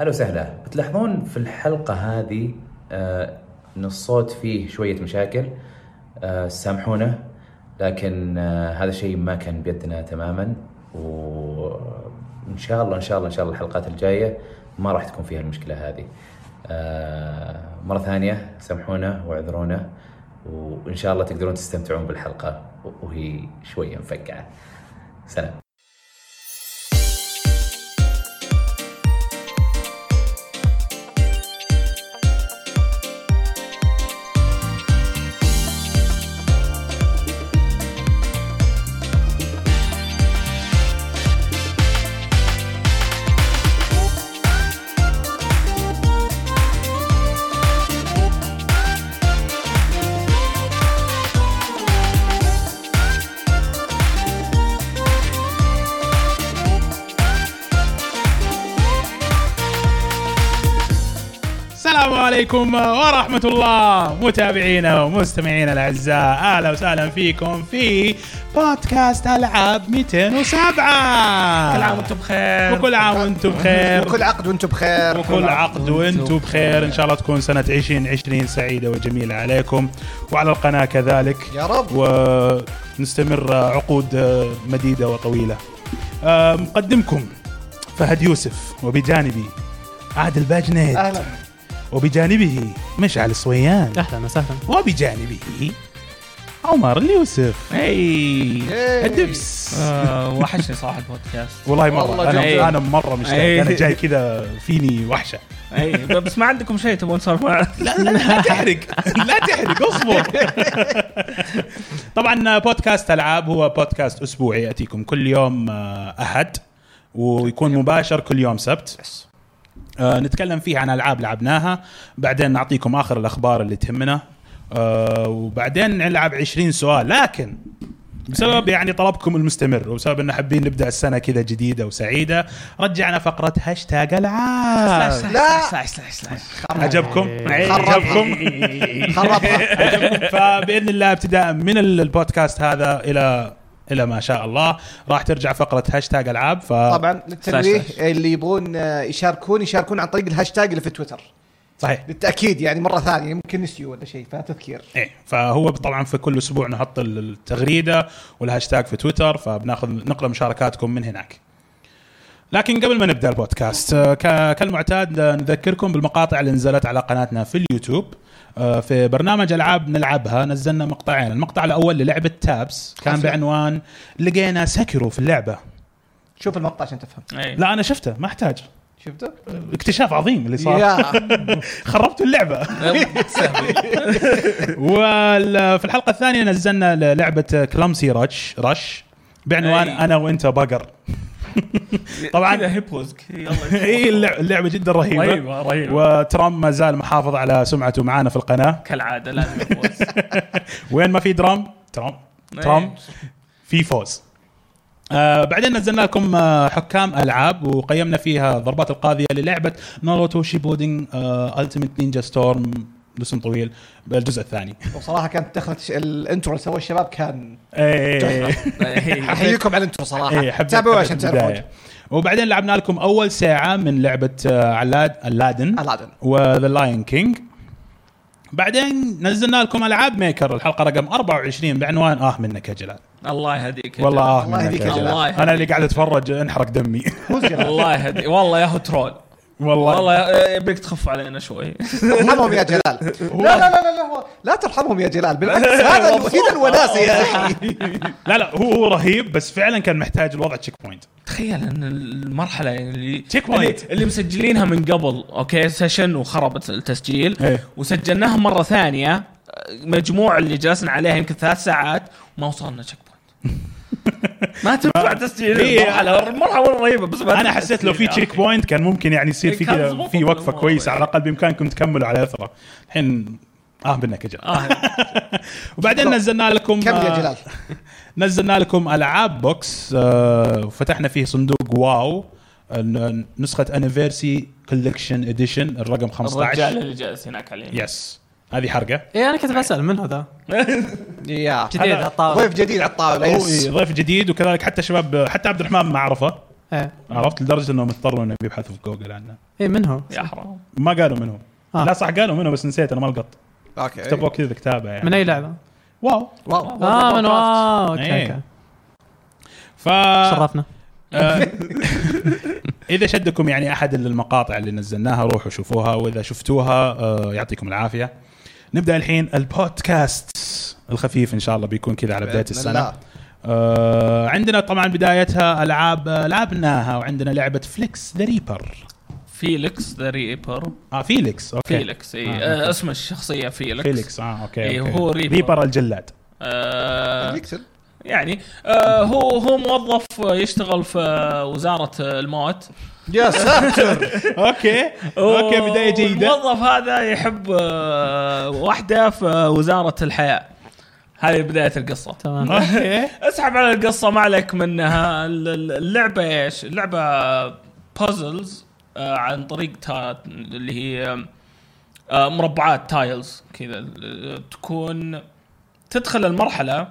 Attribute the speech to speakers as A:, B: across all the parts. A: هلا وسهلا بتلاحظون في الحلقة هذه آه، ان الصوت فيه شوية مشاكل آه، سامحونا لكن آه، هذا شيء ما كان بيدنا تماما وان شاء الله ان شاء الله ان شاء الله الحلقات الجاية ما راح تكون فيها المشكلة هذه آه، مرة ثانية سامحونا واعذرونا وان شاء الله تقدرون تستمتعون بالحلقة وهي شوية مفقعة سلام
B: السلام عليكم ورحمة الله متابعينا ومستمعينا الأعزاء أهلا وسهلا فيكم في بودكاست ألعاب 207
C: كل عام وانتم بخير
B: وكل عام وانتم بخير
D: وكل عقد وانتم بخير
B: وكل عقد وانتم بخير إن شاء الله تكون سنة 2020 سعيدة وجميلة عليكم وعلى القناة كذلك
D: يا رب
B: ونستمر عقود مديدة وطويلة آه، مقدمكم فهد يوسف وبجانبي عادل باجنيد
D: اهلا
B: وبجانبه مشعل الصويان
C: اهلا وسهلا
B: وبجانبه عمر اليوسف
D: إيه.
B: اي الدبس
C: آه، وحشني صراحه البودكاست
B: والله
D: والله
B: مره انا
C: جاي.
B: انا مره مشتاق
C: إيه.
B: انا جاي كذا فيني وحشه
C: اي بس ما عندكم شيء تبون تسولفون عنه
B: لا لا لا تحرق لا تحرق اصبر طبعا بودكاست العاب هو بودكاست اسبوعي ياتيكم كل يوم آه، احد ويكون مباشر كل يوم سبت آه، نتكلم فيه عن العاب لعبناها بعدين نعطيكم اخر الاخبار اللي تهمنا آه، وبعدين نلعب 20 سؤال لكن بسبب يعني طلبكم المستمر وبسبب ان حابين نبدا السنه كذا جديده وسعيده رجعنا فقره هاشتاج العاب
D: لا.
C: سلاش سلاش سلاش
B: عجبكم عجبكم
D: خربها
B: فباذن الله ابتداء من البودكاست هذا الى الى ما شاء الله راح ترجع فقره هاشتاج العاب ف
D: طبعا للتنبيه
C: سلاش.
D: اللي يبغون آه، يشاركون يشاركون عن طريق الهاشتاج اللي في تويتر
B: صحيح
D: للتاكيد يعني مره ثانيه يمكن نسيوا ولا شيء فتذكير
B: ايه فهو طبعا في كل اسبوع نحط التغريده والهاشتاج في تويتر فبناخذ نقرا مشاركاتكم من هناك. لكن قبل ما نبدا البودكاست آه، ك- كالمعتاد آه، نذكركم بالمقاطع اللي نزلت على قناتنا في اليوتيوب آه، في برنامج العاب نلعبها نزلنا مقطعين، المقطع الاول للعبه تابس كان
D: أفلام.
B: بعنوان لقينا سكرو في اللعبه.
D: شوف المقطع عشان تفهم
C: إيه.
B: لا انا شفته ما احتاج
D: شفته؟
B: اكتشاف عظيم اللي صار
D: يا
B: خربتوا اللعبه وفي الحلقه الثانيه نزلنا لعبه كلامسي رش رش بعنوان
C: أي.
B: انا وانت بقر طبعاً.
C: كذا هيبوز كذا،
B: اي
C: يلا
B: اللعبه, اللعبة جدا رهيبه
C: رهيبه رهيبه
B: وترام ما زال محافظ على سمعته معانا في القناه
C: كالعاده لازم هيبوز
B: وين ما في درام ترام ترام في فوز آه بعدين نزلنا لكم آه حكام العاب وقيمنا فيها ضربات القاضيه للعبه ناروتو شيبودين آه التيمت نينجا ستورم اسم طويل الجزء الثاني
D: وصراحه كانت دخلت ش- الانترو اللي سواه الشباب كان
B: ايه
C: إيه.
D: احييكم على الانترو
B: ايه
D: صراحه
B: حبيت
D: تابعوه
B: حبيت
D: عشان
B: البداية.
D: تعرفون
B: وبعدين لعبنا لكم اول ساعه من لعبه آه، علاد الادن
D: العدل
B: وذا لاين كينج بعدين نزلنا لكم العاب ميكر الحلقه رقم 24 بعنوان اه منك يا جلال
C: الله يهديك يا
B: والله
C: جماعة.
B: اه
D: الله
B: منك
D: يهديك
B: يا
D: يا
B: جلال
C: جلال.
B: انا اللي قاعد اتفرج انحرق دمي
C: الله يهديك والله يا هو ترول
B: والله
C: والله يبيك تخف علينا شوي
D: ارحمهم يا جلال لا لا لا لا لا هو- لا ترحمهم يا جلال بالعكس هذا المفيد الوناسه يا اخي
B: لا لا هو هو رهيب بس فعلا كان محتاج الوضع تشيك بوينت
C: تخيل ان المرحله يعني اللي
B: Check
C: اللي,
B: point.
C: اللي مسجلينها من قبل اوكي سيشن وخربت التسجيل
B: إيه.
C: وسجلناها مره ثانيه مجموع اللي جلسنا عليها يمكن ثلاث ساعات وما وصلنا تشيك بوينت ما تنفع تسجيل
B: إيه.
C: المرحله المرحله مره رهيبه بس ما
B: انا
C: تنفع
B: حسيت لو في
C: تسجيل.
B: تشيك بوينت كان ممكن يعني يصير في
C: كان
B: كذا
C: مظبوط
B: في وقفه
C: الموضوع.
B: كويسه على الاقل بامكانكم تكملوا على اثره الحين اه منك يا جلال
C: آه.
B: وبعدين نزلنا لكم
D: كم يا
B: آه،
D: جلال
B: نزلنا لكم العاب بوكس آه، وفتحنا فيه صندوق واو ال- نسخه انيفيرسي كولكشن اديشن الرقم
C: الرجال
B: 15
C: اللي جالس هناك عليه
B: يس هذه حرقه
E: ايه انا كنت بسال من هو ذا؟
D: يا
E: جديد على الطاوله
D: ضيف جديد على الطاوله
B: هو
D: يس
B: ضيف جديد وكذلك حتى شباب حتى عبد الرحمن ما عرفه
E: ايه
B: عرفت لدرجه انهم اضطروا انهم يبحثوا في جوجل عنه
E: ايه منهم
C: يا حرام
B: ما قالوا منهم
E: آه.
B: لا صح قالوا منهم بس نسيت انا ما لقط كتبوه
D: اوكي
B: كذا كتابه يعني
E: من اي لعبه؟
C: آه،
B: واو
D: واو
E: اه من واو اوكي
B: إيه.
E: اوكي
B: ف
E: شرفنا
B: آه، اذا شدكم يعني احد المقاطع اللي نزلناها روحوا شوفوها واذا شفتوها آه، يعطيكم العافيه نبدا الحين البودكاست الخفيف ان شاء الله بيكون كذا على بدايه
D: بإذن
B: السنه
D: الله.
B: آه عندنا طبعا بدايتها العاب آه، لعبناها وعندنا لعبه فليكس ذا ريبر
C: فيليكس ذا ريبر
B: اه فيليكس اوكي
C: فيليكس اي
B: آه،
C: آه،
B: أوكي.
C: اسم الشخصيه فيليكس
B: فيليكس اه اوكي,
C: إيه،
B: أوكي.
C: هو ريبر.
B: ريبر الجلاد
C: آه
D: يقتل
C: يعني آه هو هو موظف آه، يشتغل في آه، وزاره آه، الموت
D: يا ساتر
B: اوكي اوكي بدايه جيده
C: الموظف هذا يحب آه، واحده في آه، وزاره الحياه هذه بدايه القصه
E: تمام
B: اوكي
C: اسحب على القصه ما عليك منها ال- ال- اللعبه ايش؟ اللعبه بازلز آه، عن طريق تا... اللي هي آه، مربعات تايلز كذا آه، تكون تدخل المرحله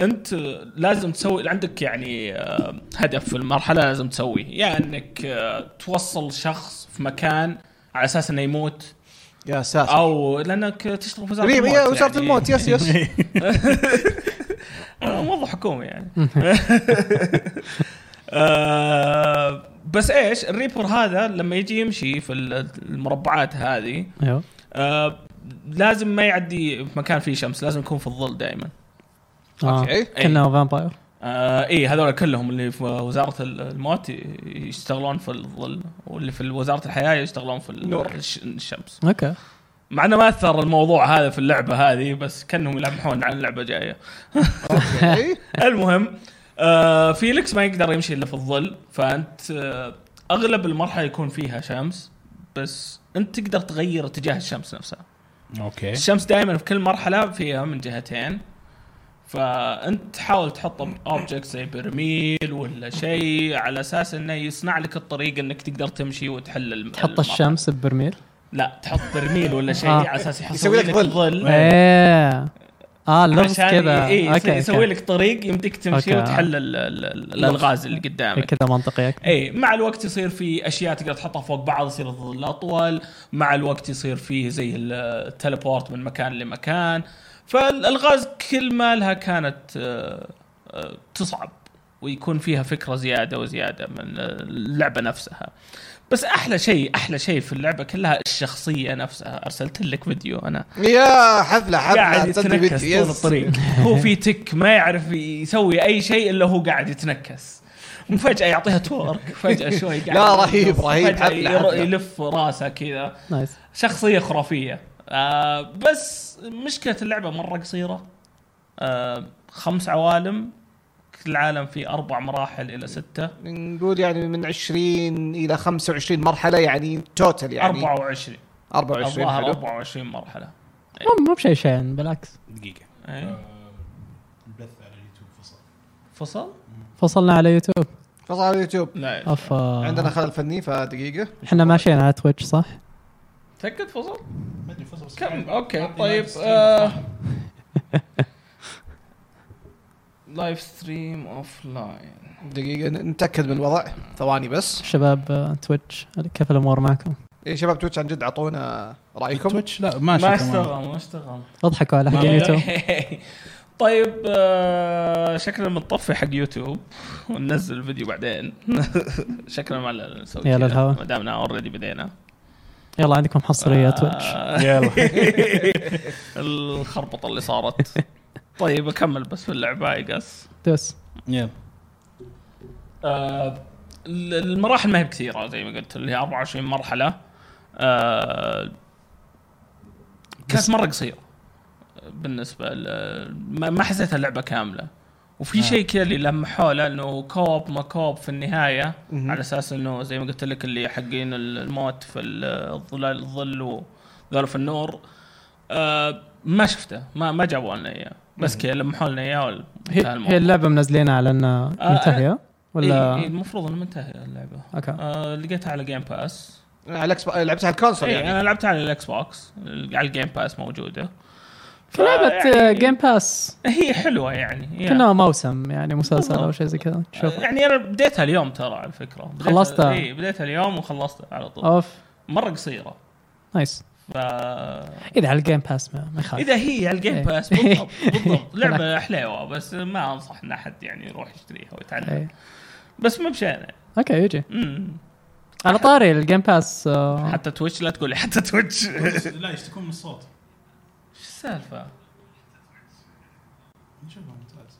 C: انت لازم تسوي عندك يعني آه، هدف في المرحله لازم تسويه يا يعني انك آه، توصل شخص في مكان على اساس انه يموت
D: يا ساتر
C: او لانك تشتغل في وزاره
D: قريب
C: الموت
D: يا وزاره
C: يعني.
D: الموت يس يس
C: آه، موظف حكومي يعني آه، بس ايش الريبر هذا لما يجي يمشي في ال- المربعات هذه
E: ايوه
C: آه، لازم ما يعدي في مكان فيه شمس لازم يكون في الظل دائما
E: اوكي
D: أوكي.
E: آه. كنا فامباير
C: آه اي هذول كلهم اللي في وزاره ال- الموت ي- يشتغلون في الظل واللي في وزاره الحياه يشتغلون في ال-
D: نور.
C: الش- الشمس
E: اوكي
C: مع انه ما اثر الموضوع هذا في اللعبه هذه بس كانهم يلمحون عن اللعبه جايه
D: أوكي.
C: المهم آه فيليكس ما يقدر يمشي الا في الظل فانت آه اغلب المرحله يكون فيها شمس بس انت تقدر تغير اتجاه الشمس نفسها
E: إيه.
B: اوكي
C: الشمس دائما في كل مرحله فيها من جهتين فانت تحاول تحط اوبجكت زي برميل ولا شيء على اساس انه يصنع لك الطريق انك تقدر تمشي وتحل الم-
E: تحط
C: المرحلة.
E: الشمس ببرميل
C: لا تحط برميل ولا شيء
E: آه.
C: على اساس يحسوي
D: يسوي لك
C: لك
D: ظل.
C: ظل
E: ايه اه اللغز
C: إيه. عشان
E: كذا
C: إيه
E: اوكي
C: يسوي
E: اوكي
C: لك طريق يمديك تمشي
E: أوكي.
C: وتحل ال- ال- ال- الالغاز اللي قدامك
E: إيه، كذا منطقي اكثر
C: اي إيه، مع الوقت يصير في اشياء تقدر تحطها فوق بعض يصير الظل اطول مع الوقت يصير فيه زي التليبورت من مكان لمكان فالالغاز كل ما لها كانت آه، آه، تصعب ويكون فيها فكره زياده وزياده من آه، اللعبه نفسها بس احلى شيء احلى شيء في اللعبه كلها الشخصيه نفسها ارسلت لك فيديو انا
D: يا حفله
C: قاعد
D: حفله صدق
C: يتنكس
D: بدي
C: طول
D: يس
C: الطريق هو في تك ما يعرف يسوي اي شيء الا هو قاعد يتنكس فجأة يعطيها تورك فجأة شوي قاعد
D: لا، رهيب،
C: يلف،
D: رهيب،
C: فجأة
D: حفلة،
C: ير-
D: حفلة.
C: يلف راسه كذا
E: نايس
C: شخصية خرافية آه بس مشكلة اللعبة مرة قصيرة آه خمس عوالم كل عالم فيه أربع مراحل إلى ستة
D: نقول يعني من 20 الى 25 مرحله يعني توتال يعني
C: 24
D: 24
C: الظاهر
D: حلو
C: 24 مرحلة
E: مو مو بشيء شين بالعكس
B: دقيقه
C: إيه.
D: آه.
B: البث على اليوتيوب فصل
C: فصل؟
E: فصلنا على يوتيوب
D: فصل على اليوتيوب
C: لا
E: افا
D: عندنا خلل فني فدقيقه
E: احنا ماشيين على تويتش صح؟
C: تأكد فصل؟
B: ما ادري فصل بس
C: كم
B: يعني
C: اوكي
B: أعطي
C: طيب
B: نفس
C: لايف ستريم اوف لاين
D: دقيقه ن- نتاكد من الوضع ثواني بس
E: شباب آه، تويتش كيف الامور معكم؟
D: يا شباب تويتش عن جد اعطونا رايكم
B: تويتش لا
C: ما
B: ماشي تمام
C: اشتغل ما اشتغل
E: اضحكوا على حق
B: ما-
E: اليوتيوب
C: طيب آه، شكلنا بنطفي حق يوتيوب وننزل الفيديو بعدين شكلنا ما لا نسوي
E: يلا
C: كذا،
E: الهوا.
C: ما دامنا اوريدي بدينا آه،
E: يلا عندكم حصريه تويتش
B: يلا
C: الخربطه اللي صارت طيب اكمل بس في اللعبه اي قص
E: دوس
B: يلا
C: آه، المراحل ما هي كثيره زي ما قلت اللي هي 24 مرحله آه، كانت مره قصيره بالنسبه ل- ما ما حسيتها اللعبه كامله وفي
E: آه.
C: شيء كذا اللي لمحوه له انه كوب ما كوب في النهايه
D: مهم.
C: على اساس انه زي ما قلت لك اللي حقين الموت في الظلال الظل وذول في النور آه، ما شفته ما ما جابوا لنا اياه بس كذا لمحوا لنا اياه
E: هي,
C: وانتهى
E: هي
C: الموضوع. آه،
E: اللعبه منزلينها على انها منتهيه ولا
C: إيه إيه المفروض انه منتهي اللعبه
E: اوكي
C: آه لقيتها على إيه، جيم باس
D: على الاكس لعبتها على الكونسول
C: اي
D: يعني
C: انا لعبتها على الاكس بوكس على الجيم باس موجوده يعني
E: لعبة آه، جيم باس
C: هي حلوه يعني يا.
E: كنا موسم يعني مسلسل او شيء زي كذا تشوف
C: يعني انا بديتها اليوم ترى على فكره بديتها-
E: خلصتها؟
C: اي بديتها اليوم وخلصتها على طول
E: اوف
C: مره قصيره
E: نايس
C: ف
E: اذا على الجيم باس ما ما يخالف
C: اذا هي على الجيم
E: إيه.
C: باس بالضبط بالضبط لعبه حليوه بس ما انصح ان احد يعني يروح يشتريها ويتعلم
E: إيه.
C: بس مو بشأنه
E: اوكي يجي
C: أمم.
E: على طاري الجيم باس آه،
C: حتى تويتش لا تقول لي حتى تويتش ايش
B: لا يشتكون من الصوت
C: السالفه؟
B: نشوفها ممتاز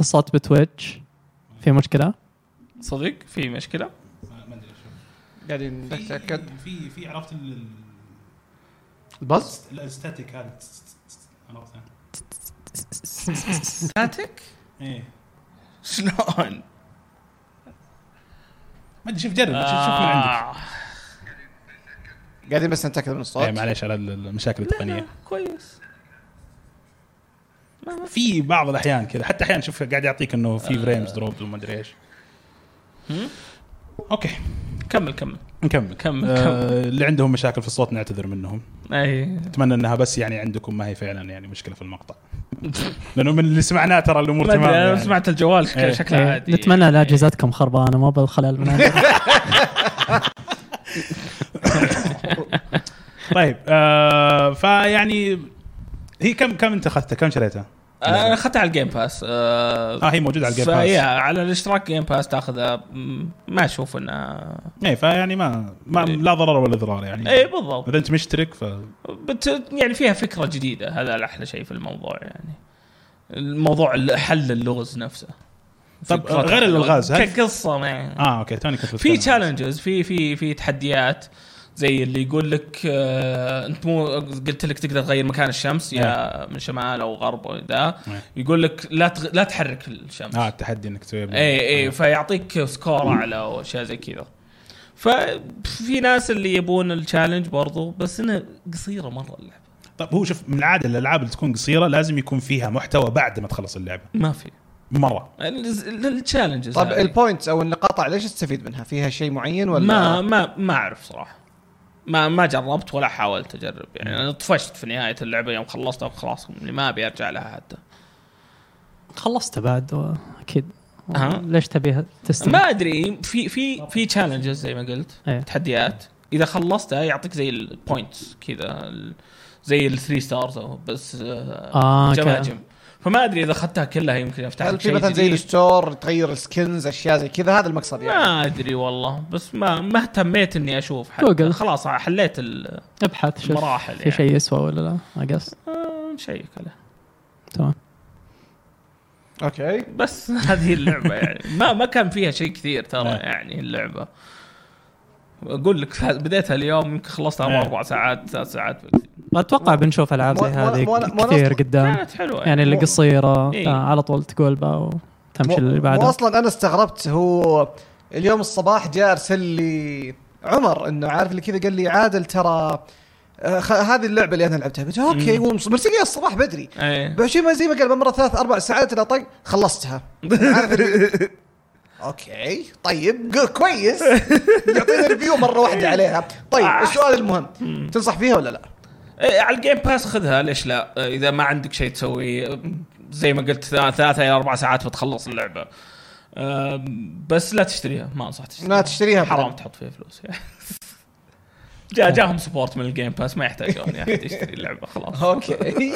E: الصوت بتويتش في مشكلة
C: صدق في مشكله؟
B: ما ادري شوف
D: قاعدين نتاكد
B: في في عرفت
D: بس
B: الاستاتيك هذا عرفتها
C: ساتك؟
B: ايه
C: شلون؟
B: ما ادري شوف جرب شوف شوف من عندك
C: آه.
D: قاعدين بس نتاكد من الصوت
B: ايه معليش على المشاكل
C: لا،
B: التقنيه
C: كويس
B: في بعض الاحيان كذا حتى احيانا شوف قاعد يعطيك انه في فريمز دروب وما ادري ايش اوكي
C: كمل كمل
B: نكمل
C: كمل،
B: آه اللي عندهم مشاكل في الصوت نعتذر منهم
C: اي
B: اتمنى انها بس يعني عندكم ما هي فعلا يعني مشكله في المقطع لانه من اللي سمعناه ترى الامور
C: ما
B: تمام
C: ادري
B: يعني.
C: انا سمعت الجوال شك-
B: إيه.
C: شكله عادي
E: نتمنى ان اجهزتكم خربانة ما بالخلل من عندنا.
B: طيب آه فيعني هي كم كم انت اخذتها كم شريتها؟
C: انا اخذتها آه، على الجيم باس اه
B: اه هي موجوده على الجيم
C: فيا،
B: باس
C: على الاشتراك جيم باس تاخذها م- ما اشوف انها
B: اي إيه، فيعني ما, ما لا ضرر ولا ضرار يعني
C: اي إيه، بالضبط
B: اذا انت مشترك ف
C: بت... يعني فيها فكره جديده هذا الاحلى شيء في الموضوع يعني الموضوع ال- حل اللغز نفسه
B: طب
C: فكرة- يعني.
B: غير الالغاز هل
C: كقصه ما
B: اه اوكي توني كنت
C: في
B: بتكلم.
C: تشالنجز في في في تحديات زي اللي يقول لك آه انت مو قلت لك تقدر تغير مكان الشمس يا من شمال او غرب او ذا يقول لك لا تغ... لا تحرك الشمس
B: اه التحدي انك تسوي نعم. آه،
C: اي اي فيعطيك سكور على واشياء زي كذا ففي ناس اللي يبون التشالنج برضو بس انها قصيره مره اللعبه
B: طب طيب، هو شوف من العاده الالعاب اللي تكون قصيره لازم يكون فيها محتوى بعد ما تخلص اللعبه
C: ما في يعني
B: مره
C: التشالنجز
D: طيب
C: هذه.
D: البوينتس او النقاط ليش تستفيد منها؟ فيها شيء معين ولا
C: ما ما ما اعرف صراحه ما ما جربت ولا حاولت اجرب يعني انا طفشت في نهايه اللعبه يوم خلصتها خلاص إني ما ابي ارجع لها حتى
E: خلصت بعد و- اكيد
C: ها؟
E: ليش تبيها
C: ما
E: تستمع
C: ادري في في في تشالنجز زي ما قلت
E: إيه.
C: تحديات اذا خلصتها يعطيك زي البوينتس كذا ال- زي الثري ستارز او بس
E: آه،
C: آه
E: أوكي.
C: جماجم فما ادري اذا اخذتها كلها يمكن افتح
D: هل
C: لك
D: في
C: شيء
D: مثلا زي
C: جديد. نعم.
D: الستور تغير السكنز اشياء زي كذا هذا المقصد يعني
C: ما ادري والله بس ما ما اهتميت اني اشوف حتى
E: جوجل.
C: خلاص حليت ال-
E: ابحث شوف
C: مراحل
E: في
C: يعني.
E: شيء يسوى ولا لا اقص
C: آه، نشيك عليه
E: تمام
D: اوكي
C: بس هذه اللعبه يعني ما ما كان فيها شيء كثير ترى
B: نعم.
C: يعني اللعبه اقول لك بديتها اليوم يمكن خلصتها
B: نعم.
C: أبو اربع ساعات ثلاث ساعات بالكثير.
E: اتوقع بنشوف العاب زي
D: مو- مو-
E: هذه
D: مو- مو-
E: كثير
D: مو-
E: قدام
C: كانت حلوه
E: يعني اللي
D: مو-
E: قصيرة
C: إيه.
E: آه، على طول تقول بقى وتمشي اللي
D: مو
E: بعده
D: اصلا انا استغربت هو اليوم الصباح جاء ارسل لي عمر انه عارف اللي كذا قال لي عادل ترى آه، خ- هذه اللعبه اللي انا لعبتها قلت اوكي هو مص- مرسل لي إياها الصباح بدري
C: ايه
D: بعشرين ما زي ما قال بمر ثلاث اربع ساعات الى طق خلصتها عارف اللي- اوكي طيب ق- كويس يعطينا ريفيو مره واحده عليها
C: آه.
D: طيب السؤال المهم تنصح فيها ولا لا؟
C: إيه، على الجيم باس خذها ليش لا آه، اذا ما عندك شيء تسوي آه، زي ما قلت ثلاث الى اربع ساعات بتخلص اللعبه آه، بس لا تشتريها ما انصح تشتريها
D: لا تشتريها
C: حرام تحط فيها فلوس يعني جا جاهم سبورت من الجيم باس ما يحتاجون احد يشتري اللعبه خلاص
D: اوكي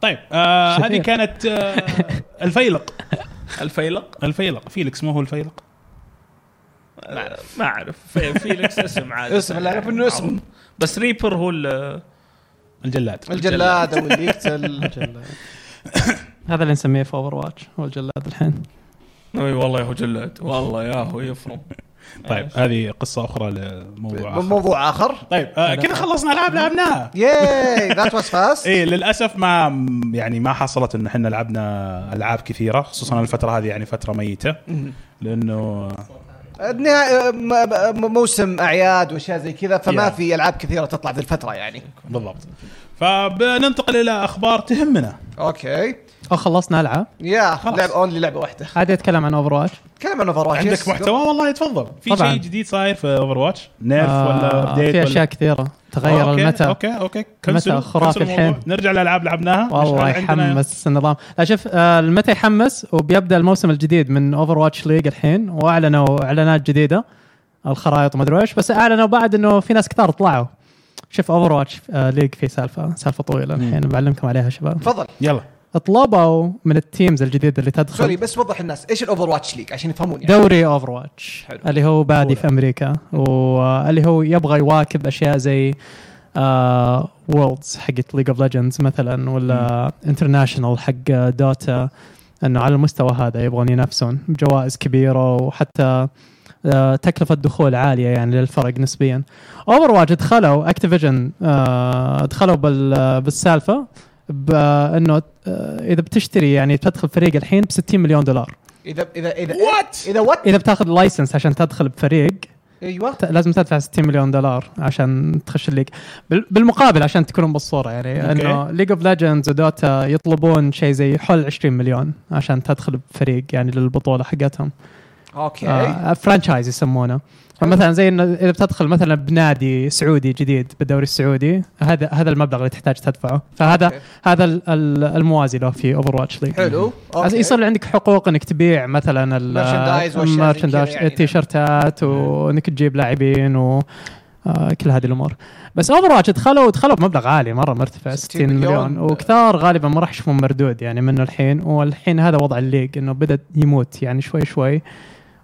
B: طيب آه
E: شهير.
B: هذه كانت آه الفيلق
C: الفيلق
B: الفيلق فيليكس مو هو الفيلق
C: آه، ما اعرف في- فيليكس اسم عادي
D: اسم، اللي أعرف إنه اسم.
C: بس ريبر هو ال-
B: الجلاد
D: الجلاد او اللي يقتل
E: هذا اللي نسميه في اوفر واتش هو الجلاد الحين
C: اي والله يا هو جلد والله يا هو يفرم
B: طيب هذه قصه اخرى لموضوع آخر.
D: موضوع اخر
B: طيب آه كذا خلصنا العاب لعبناها
D: ياي ذات واز فاست
B: ايه للاسف ما يعني ما حصلت ان احنا لعبنا العاب كثيره خصوصا الفتره هذه يعني فتره ميته لانه
D: نهاية م- م- موسم اعياد واشياء زي كذا فما
B: يا.
D: في العاب كثيره تطلع ذي الفتره يعني
B: بالضبط فبننتقل الى اخبار تهمنا
D: اوكي
E: او خلصنا العاب
D: يا لعب اونلي لعبه واحده
E: عادي اتكلم عن اوفر واتش
D: كلام عن اوفر
B: عندك محتوى والله تفضل في
E: طبعاً.
B: شيء جديد صاير في اوفر واتش نيرف
E: آه،
B: ولا
E: في
B: ابديت
E: اشياء
B: ولا
E: كثيره تغير
B: أوكي،
E: المتى
B: اوكي اوكي كنسل-
E: المتى خرافي
B: كنسل الموضوع.
E: الحين.
B: نرجع للالعاب لعبناها
E: والله
B: مش عندنا-
E: يحمس النظام لا شوف آه، المتى يحمس وبيبدا الموسم الجديد من اوفر واتش ليج الحين واعلنوا اعلانات جديده الخرائط ما ادري ايش بس اعلنوا بعد انه في ناس كثار طلعوا شوف اوفر واتش ليج في سالفه سالفه طويله الحين بعلمكم عليها شباب
D: تفضل
B: يلا
E: طلبوا من التيمز الجديده اللي
D: سوري
E: تدخل
D: بس وضح الناس ايش الاوفر واتش ليج عشان يفهمون يعني
E: دوري اوفر واتش
D: حلو.
E: اللي هو بادي في امريكا واللي هو يبغى يواكب اشياء زي وورلدز حقت ليج اوف ليجندز مثلا ولا انترناشونال حق دوتا انه على المستوى هذا يبغون ينافسون بجوائز كبيره وحتى آه، تكلفة دخول عالية يعني للفرق نسبيا. اوفر واتش دخلوا اكتيفيجن دخلوا بال- آه، بالسالفة بانه آه، اذا بتشتري يعني تدخل فريق الحين ب 60 مليون دولار.
D: اذا اذا اذا
B: وات
D: اذا وات
E: اذا بتاخذ لايسنس عشان تدخل بفريق
D: ايوه
E: ت- لازم تدفع 60 مليون دولار عشان تخش الليج بال- بالمقابل عشان تكونون بالصوره يعني
B: أوكي.
E: انه ليج اوف ليجندز ودوتا يطلبون شيء زي حول 20 مليون عشان تدخل بفريق يعني للبطوله حقتهم
D: اوكي
E: آه، فرانشايز يسمونه فمثلا زي انه اذا بتدخل مثلا بنادي سعودي جديد بالدوري السعودي هذا هذا المبلغ اللي تحتاج تدفعه فهذا
D: أوكي.
E: هذا ال- ال- الموازي له في اوفر واتش ليج
D: حلو
E: عز-
D: اوكي
E: يصير عندك حقوق انك تبيع مثلا ال-
D: Merchandise وأشياء زي كذا
E: merchandise،
D: يعني.
E: التيشيرتات وانك تجيب لاعبين و آه، كل هذه الامور بس اوفر واتش دخلوا دخلوا بمبلغ عالي مره مرتفع
D: 60
E: 60 مليون,
D: مليون.
E: وكثار غالبا ما راح يشوفون مردود يعني منه الحين والحين هذا وضع الليج انه بدا يموت يعني شوي شوي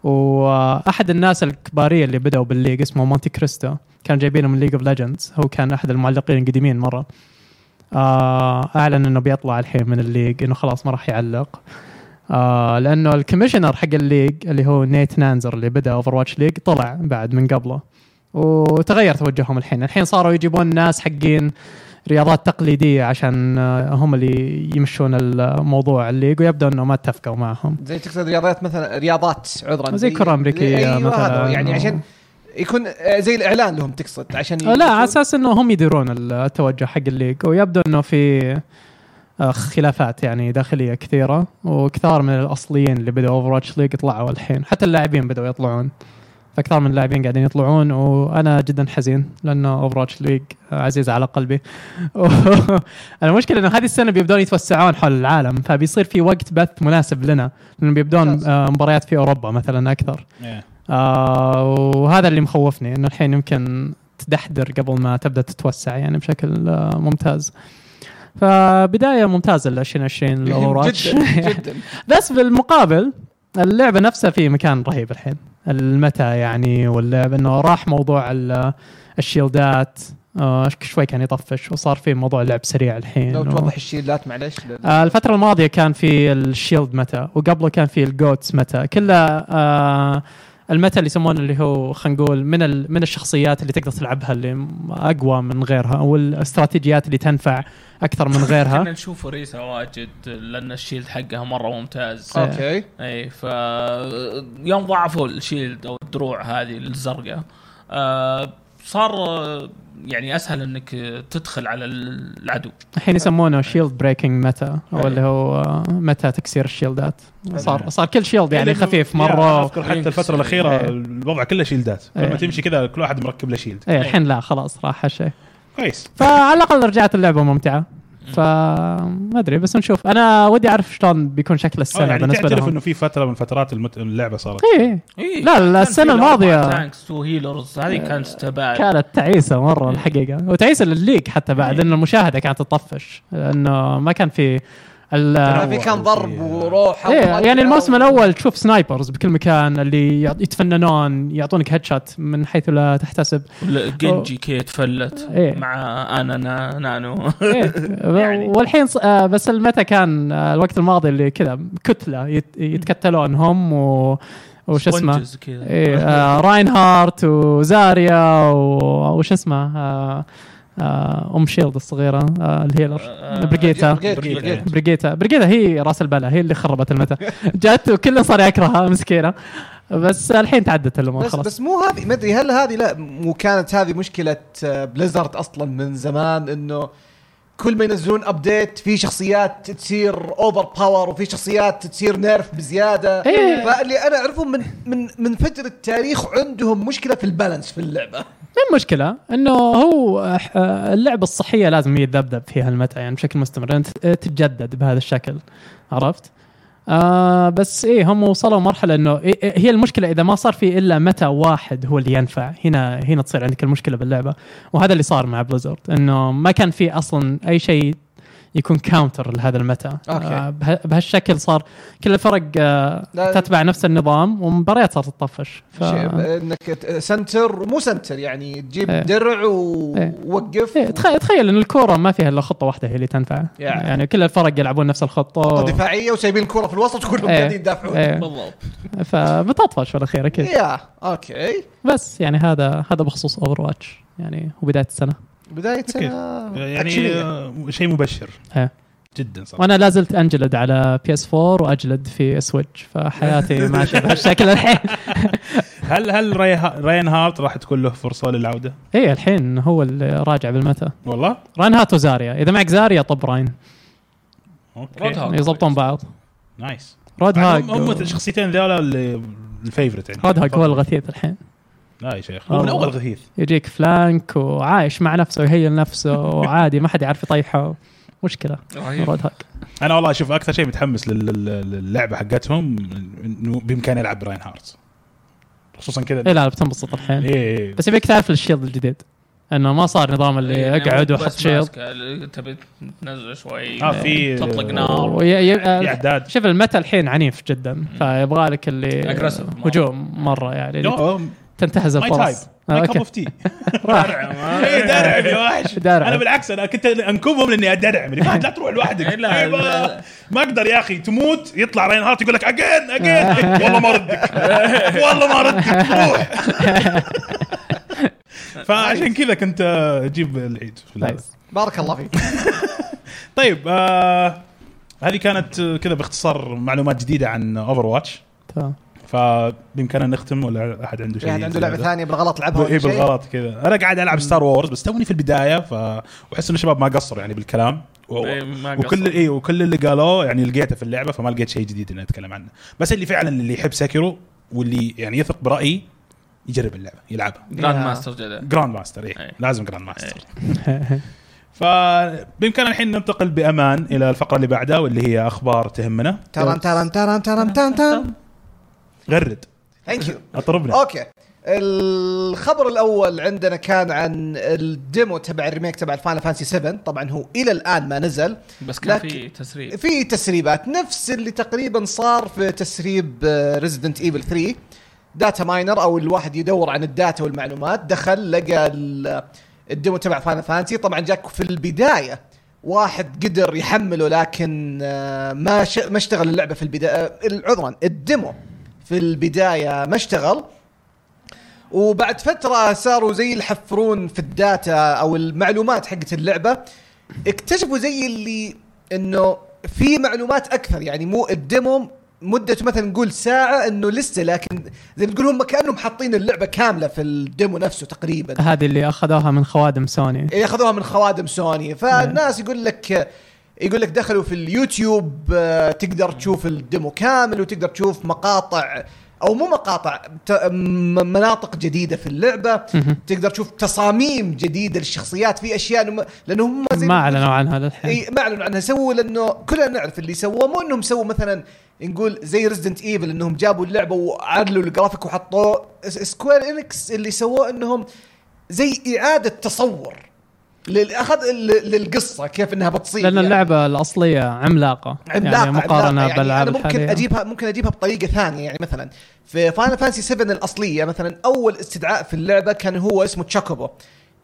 E: واحد الناس الكباريه اللي بداوا بالليج اسمه مونتي كريستو كان جايبينه من ليج اوف ليجندز هو كان احد المعلقين القديمين مره آه، اعلن انه بيطلع الحين من الليج انه خلاص ما راح يعلق آه لانه الكوميشنر حق الليج اللي هو نيت نانزر اللي بدا اوفر واتش ليج طلع بعد من قبله وتغير توجههم الحين الحين صاروا يجيبون ناس حقين رياضات تقليديه عشان آه، هم اللي يمشون الموضوع الليج ويبدو انه ما اتفقوا معهم
D: زي تقصد رياضات مثلا رياضات عذرا
E: زي كرة أمريكية
D: أيوة
E: مثلاً.
D: هذا يعني عشان يكون آه، زي الاعلان لهم تقصد عشان
E: آه، لا على اساس انه هم يديرون التوجه حق الليج ويبدو انه في آه، خلافات يعني داخليه كثيره وكثار من الاصليين اللي بدأوا اوفر واتش ليج طلعوا الحين حتى اللاعبين بدأوا يطلعون فاكثر من اللاعبين قاعدين يطلعون وانا جدا حزين لانه اوفر واتش ليج عزيز على قلبي المشكله انه هذه السنه بيبدون يتوسعون حول العالم فبيصير في وقت بث مناسب لنا لانه بيبدون
D: ممتاز.
E: آه، مباريات في اوروبا مثلا اكثر آه وهذا اللي مخوفني انه الحين يمكن تدحدر قبل ما تبدا تتوسع يعني بشكل آه ممتاز فبدايه ممتازه ل 2020 للأوراج.
D: جدا جدا
E: بس بالمقابل اللعبه نفسها في مكان رهيب الحين المتى يعني واللعب انه راح موضوع ال- آه، الشيلدات آه شوي كان يطفش وصار في موضوع لعب سريع الحين
D: لو
E: و-
D: توضح الشيلات معلش لل-
E: آه، الفترة الماضية كان في الشيلد متى وقبله كان في الجوتس متى كلها آه، المتى اللي يسمونه اللي هو خلينا نقول من ال- من الشخصيات اللي تقدر تلعبها اللي م- اقوى من غيرها او الاستراتيجيات اللي تنفع اكثر من غيرها
C: كنا نشوف ريسا واجد لان الشيلد حقها مره ممتاز
E: آه.
D: اوكي
C: اي ف يوم ضعفوا الشيلد او الدروع هذه الزرقاء آه صار آه، يعني اسهل انك آه، تدخل على العدو
E: الحين يسمونه شيلد بريكنج متى او
C: أي.
E: اللي هو آه، متى تكسير الشيلدات صار صار كل شيلد يعني
B: لأنه-
E: خفيف
B: يا، أنا
E: مرة
B: اذكر حتى الفتره الاخيره
E: إيه.
B: الوضع كله شيلدات
E: إيه.
B: لما تمشي كذا كل واحد مركب له شيلد
E: ايه الحين لا خلاص راح هالشيء
B: كويس
E: فعلى الاقل رجعت اللعبه ممتعه فما ادري بس نشوف انا ودي اعرف شلون بيكون شكل
B: أوه،
E: السنه
B: يعني
E: بالنسبه
B: تعترف
E: لهم
B: انه في فتره من فترات المت... اللعبه صارت
E: ايه
C: إيه،
E: لا، لا، السنة الماضية-
C: تانكس تو هيلرز هذه كانت استهبال
E: كانت تعيسه مره الحقيقه وتعيسه للليك حتى بعد ان المشاهده كانت تطفش لانه ما كان في ال-
D: ما في كان ضرب وروح
E: ايه آه، يعني الموسم الاول تشوف سنايبرز بكل مكان اللي يعط- يتفننون يعطونك هيد شوت من حيث لا تحتسب
C: جنجي كيت فلت
E: إيه.
C: مع انا نا- نانو
E: إيه.
C: يعني.
E: والحين ص- آه، بس المتى كان آه، الوقت الماضي اللي كذا كتله يت- يتكتلون هم و وش اسمه
C: Sponges كذا.
E: ايه آه راين هارت وزاريا و- وش اسمه آه آه ام شيلد الصغيره آه الهيلر
C: آه،
E: بريجيتا
D: برجيتا.
E: بريجيتا بريجيتا هي راس البلا هي اللي خربت المتى جت وكل صار يكرهها مسكينه بس الحين تعدت الامور
D: بس
E: خلاص
D: بس مو هذه ما ادري هل هذه لا مو كانت هذه مشكله آه، بليزرد اصلا من زمان انه كل ما ينزلون ابديت في شخصيات تصير اوفر باور وفي شخصيات تصير نيرف بزياده
E: إيه.
D: فاللي انا اعرفهم من من من فجر التاريخ عندهم مشكله في البالانس في اللعبه
E: وين مشكله انه إيه، هو أح- اللعبه الصحيه لازم يتذبذب فيها المتعه يعني بشكل مستمر لأن تت- تتجدد بهذا الشكل عرفت؟ آه بس ايه هم وصلوا مرحله انه إيه إيه هي المشكله اذا ما صار في الا متى واحد هو اللي ينفع هنا هنا تصير عندك المشكله باللعبه وهذا اللي صار مع بليزرد انه ما كان في اصلا اي شيء يكون كاونتر لهذا المتى
D: أوكي.
E: آه به- بهالشكل صار كل الفرق آه
D: لا-
E: تتبع نفس النظام ومباريات صارت تطفش ف...
D: شيء- انك ت- سنتر مو سنتر يعني تجيب
E: إيه.
D: درع
E: إيه.
D: ووقف
E: إيه، تخ- تخيل ان الكوره ما فيها الا خطه واحده هي اللي تنفع
D: يعني.
E: يعني, يعني كل الفرق يلعبون نفس الخطه
D: دفاعيه وسايبين الكره في الوسط وكلهم
E: إيه.
D: قاعدين يدافعون
E: إيه.
C: بالضبط
E: فبتطفش في الاخير اكيد
D: يا اوكي
E: بس يعني هذا هذا بخصوص اوفر واتش يعني وبدايه السنه
D: بدايه
B: أوكي.
D: سنه
B: يعني
D: أكشنية.
B: آه، شيء مبشر
E: إيه.
B: جدا صراحه
E: وانا لا زلت انجلد على بي اس 4 واجلد في سويتش فحياتي ماشيه بهالشكل الحين
B: هل هل ري- راين هارت راح تكون له فرصه للعوده؟
E: اي إيه، الحين هو اللي راجع بالمتى
B: والله؟
E: راين هات وزاريا اذا معك زاريا طب راين
C: رود
B: اوكي
C: هاوس.
E: يضبطون بعض
B: نايس
E: رود هاج
B: هم هم الشخصيتين ذولا اللي الفيفرت عندي
E: رود هاج هو الغثيث الحين
B: لا يا شيخ هو من
E: والله.
B: اول غثيث
E: يجيك فلانك وعايش مع نفسه ويهيل نفسه وعادي ما حد يعرف يطيحه مشكله
C: رهيب
E: رود هاج
B: انا والله اشوف اكثر شيء متحمس لل- لل- للعبه حقتهم انه بامكاني العب راين هارت خصوصا كذا
E: اي إيه، لا لا، بتنبسط الحين
B: إيه، إيه.
E: بس يبيك تعرف الشيلد الجديد انه ما صار نظام
C: إيه،
E: اللي
C: يعني
E: اقعد واحط شيلد
C: تبي تنزل شوي
D: آه،
B: اه في
C: تطلق نار
E: وي- ي-
B: في
E: آه،
B: اعداد
E: شوف المتى الحين عنيف جدا فيبغى لك اللي
C: Aggressive مرة.
E: هجوم مره يعني اللي
B: لا،
E: تنتهز
B: ماي تايب
E: الفرص آه،
B: ماي كاب
E: اوكي
B: اوف تي
E: راح
C: إيه،
D: إيه،
B: اي دارعم إيه، يا وحش
E: دارعم.
B: انا بالعكس انا كنت انكبهم لاني ادرعم اللي فهد لا تروح لوحدك
C: إيه، لا،
B: أيوة.
C: لا.
B: ما اقدر يا اخي تموت يطلع راين هارت يقول لك اجين اجين والله ما ردك والله ما ردك روح فعشان كذا كنت آه، اجيب العيد في اللعبة.
E: نايس.
D: بارك الله فيك
B: طيب آه هذه كانت آه، كذا باختصار معلومات جديده عن اوفر واتش
E: تمام.
B: فبامكاننا نختم ولا احد عنده شيء
D: يعني عنده لعبه
B: زيادة؟
D: ثانيه بالغلط لعبها
B: اي
D: ولا شيء؟
B: بالغلط كذا انا قاعد العب ستار وورز بس توني في البدايه ف واحس ان الشباب ما قصروا يعني بالكلام و...
C: إيه، ما
B: وكل
C: قصروا.
B: اي وكل اللي قالوه يعني لقيته في اللعبه فما لقيت شيء جديد اني اتكلم عنه بس اللي فعلا اللي يحب ساكيرو واللي يعني يثق برايي يجرب اللعبه يلعبها
C: جراند
D: يا.
C: ماستر جدا
B: جراند ماستر اي
C: إيه.
B: لازم جراند ماستر فبامكاننا الحين ننتقل بامان الى الفقره اللي بعدها واللي هي اخبار تهمنا
D: ترم ترم ترم ترم ترم ترم
B: غرد
D: ثانك يو
B: اطربنا
D: اوكي الخبر الاول عندنا كان عن الديمو تبع الريميك تبع الفاينل فانسي 7 طبعا هو الى الان ما نزل
C: بس كان
D: لكن-
C: في تسريب
D: في تسريبات نفس اللي تقريبا صار في تسريب آه، ريزيدنت ايفل 3 داتا ماينر او الواحد يدور عن الداتا والمعلومات دخل لقى ال- الديمو تبع فاينل فانسي طبعا جاك في البدايه واحد قدر يحمله لكن آه، ما ش... ما اشتغل اللعبه في البدايه عذرا الديمو في البدايه ما اشتغل وبعد فتره صاروا زي يحفرون في الداتا او المعلومات حقت اللعبه اكتشفوا زي اللي انه في معلومات اكثر يعني مو الديمو مدته مثلا نقول ساعه انه لسه لكن زي ما تقول هم كانهم حاطين اللعبه كامله في الديمو نفسه تقريبا
E: هذه اللي اخذوها من خوادم سوني
D: ياخذوها من خوادم سوني فالناس يقول لك يقول لك دخلوا في اليوتيوب آه، تقدر تشوف الديمو كامل وتقدر تشوف مقاطع او مو مقاطع ت- م- مناطق جديده في اللعبه تقدر تشوف تصاميم جديده للشخصيات في اشياء نم- لانه هم زي
E: ما اعلنوا عنها للحين
D: اي ما اعلنوا عنها سووا لانه كلنا نعرف اللي سووه مو انهم سووا مثلا نقول زي ريزدنت ايفل انهم جابوا اللعبه وعدلوا الجرافيك وحطوه س- سكوير انكس اللي سووه انهم زي اعاده تصور للاخذ ل- للقصه كيف انها بتصير
E: لان
D: يعني.
E: اللعبه الاصليه عملاقه
D: عملاقه
E: يعني مقارنه
D: عملاقة. يعني
E: بالالعاب
D: انا ممكن
E: الحاليه
D: اجيبها ممكن اجيبها بطريقه ثانيه يعني مثلا في فاينل فانسي 7 الاصليه مثلا اول استدعاء في اللعبه كان هو اسمه تشاكوبو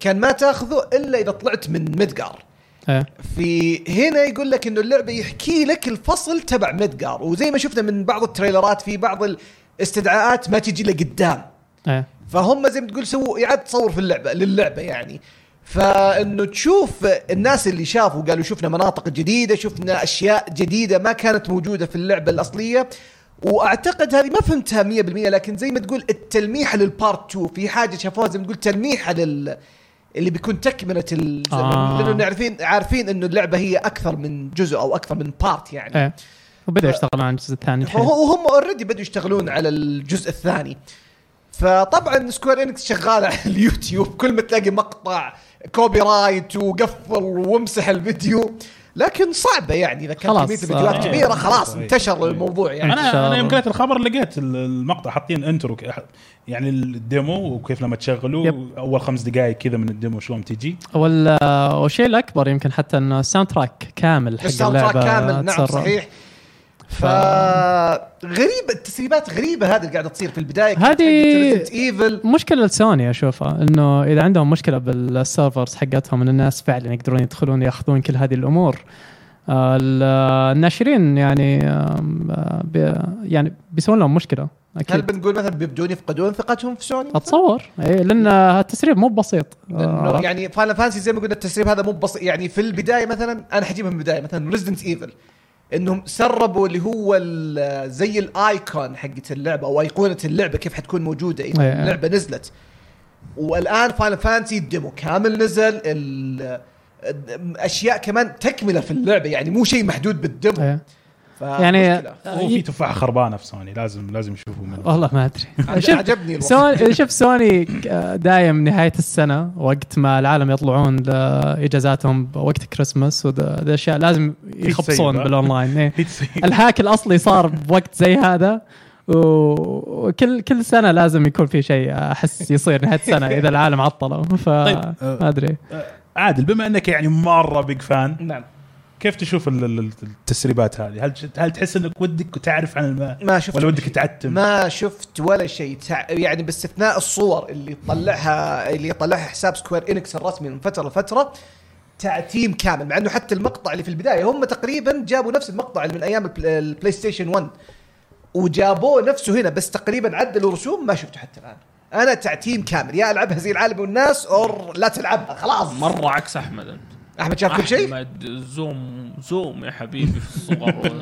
D: كان ما تاخذه الا اذا طلعت من مدقار
E: إيه.
D: في هنا يقول لك انه اللعبه يحكي لك الفصل تبع مدقار وزي ما شفنا من بعض التريلرات في بعض الاستدعاءات ما تجي لقدام
E: إيه.
D: فهم زي ما تقول سووا اعاده تصور في اللعبه للعبه يعني فانه تشوف الناس اللي شافوا قالوا شفنا مناطق جديده شفنا اشياء جديده ما كانت موجوده في اللعبه الاصليه واعتقد هذه ما فهمتها 100% لكن زي ما تقول التلميح للبارت 2 في حاجه شافوها زي ما تقول تلميحه لل اللي بيكون تكمله ال...
E: آه.
D: آه. لانه عارفين عارفين انه اللعبه هي اكثر من جزء او اكثر من بارت يعني
E: ايه وبدأوا يشتغلون على الجزء الثاني الحين
D: وهم اوريدي بدوا يشتغلون على الجزء الثاني فطبعا سكوير انكس شغاله على اليوتيوب كل ما تلاقي مقطع كوبي رايت وقفل وامسح الفيديو لكن صعبه يعني اذا كان
E: خلاص،
D: كميه الفيديوهات
B: آه.
D: كبيره خلاص
B: طيب.
D: انتشر الموضوع يعني
E: إن شاء
B: انا انا يوم
E: الله.
B: قريت الخبر لقيت ال- المقطع حاطين انترو ك- يعني الديمو وكيف لما تشغلوه
E: يب.
B: اول خمس دقائق كذا من الديمو شلون تجي
E: وال والشيء الاكبر يمكن حتى انه الساوند تراك كامل حق
D: الساوند تراك
E: اللعبه
D: كامل نعم
E: تسرب.
D: صحيح فغريبة التسريبات غريبة هذه اللي قاعدة تصير في البداية
E: هذه-
D: ايفل
E: مشكلة لسوني اشوفها انه اذا عندهم مشكلة بالسيرفرز حقتهم ان الناس فعلا يقدرون يدخلون ياخذون كل هذه الامور آه، ال- آه، الناشرين يعني آم، آه، بي- يعني بيسوون لهم مشكلة
D: هل
E: اكيد
D: بنقول مثلا بيبدون يفقدون ثقتهم في سوني؟
E: اتصور إيه، لان آه، التسريب مو بسيط آه،
D: لانه
E: عرفت؟
D: يعني فاينل فانسي زي ما قلنا التسريب هذا مو بسيط يعني في البدايه مثلا انا حجيبها من البدايه مثلا ريزدنت ايفل انهم سربوا اللي هو ال- زي الايكون حقت اللعبه او ايقونه اللعبه كيف حتكون موجوده اذا
E: إيه.
D: اللعبه نزلت والان فاينل فانسي الديمو كامل نزل ال- اشياء كمان تكمله في اللعبه يعني مو شيء محدود بالديمو
E: إيه. يعني
D: فمشكلة.
E: آه، أه.
B: وفي تفاحه خربانه في سوني لازم لازم يشوفوا منه
E: والله ما ادري
D: عج-
E: شوف،
D: عجبني الوضع.
E: سوني شوف سوني ك- دايم نهايه السنه وقت ما العالم يطلعون لاجازاتهم وقت كريسماس وذا ذا الاشياء لازم يخبصون
B: تسيبها.
E: بالاونلاين إيه.
B: في تصير-
E: الهاك الاصلي صار بوقت زي هذا و- وكل كل سنه لازم يكون في شيء احس يصير نهايه السنه اذا العالم عطلوا ف
B: طيب.
E: ما ادري
B: عادل بما انك يعني مره بيج فان
D: نعم
B: كيف تشوف ال- ال- التسريبات هذه هل هل تحس انك ودك تعرف عن الم...
D: ما شفت
B: ولا ودك تعتم
D: ما شفت ولا شيء تع- يعني باستثناء الصور اللي طلعها اللي طلعها حساب سكوير انكس الرسمي من فتره لفتره تعتيم كامل مع انه حتى المقطع اللي في البدايه هم تقريبا جابوا نفس المقطع اللي من ايام البل- البلاي ستيشن 1 وجابوه نفسه هنا بس تقريبا عدلوا رسوم ما شفته حتى الان انا تعتيم كامل يا العبها زي العالم والناس اور لا تلعبها خلاص
C: مره عكس احمد انت
D: احمد شاف كل شيء
C: احمد زوم زوم يا حبيبي في الصور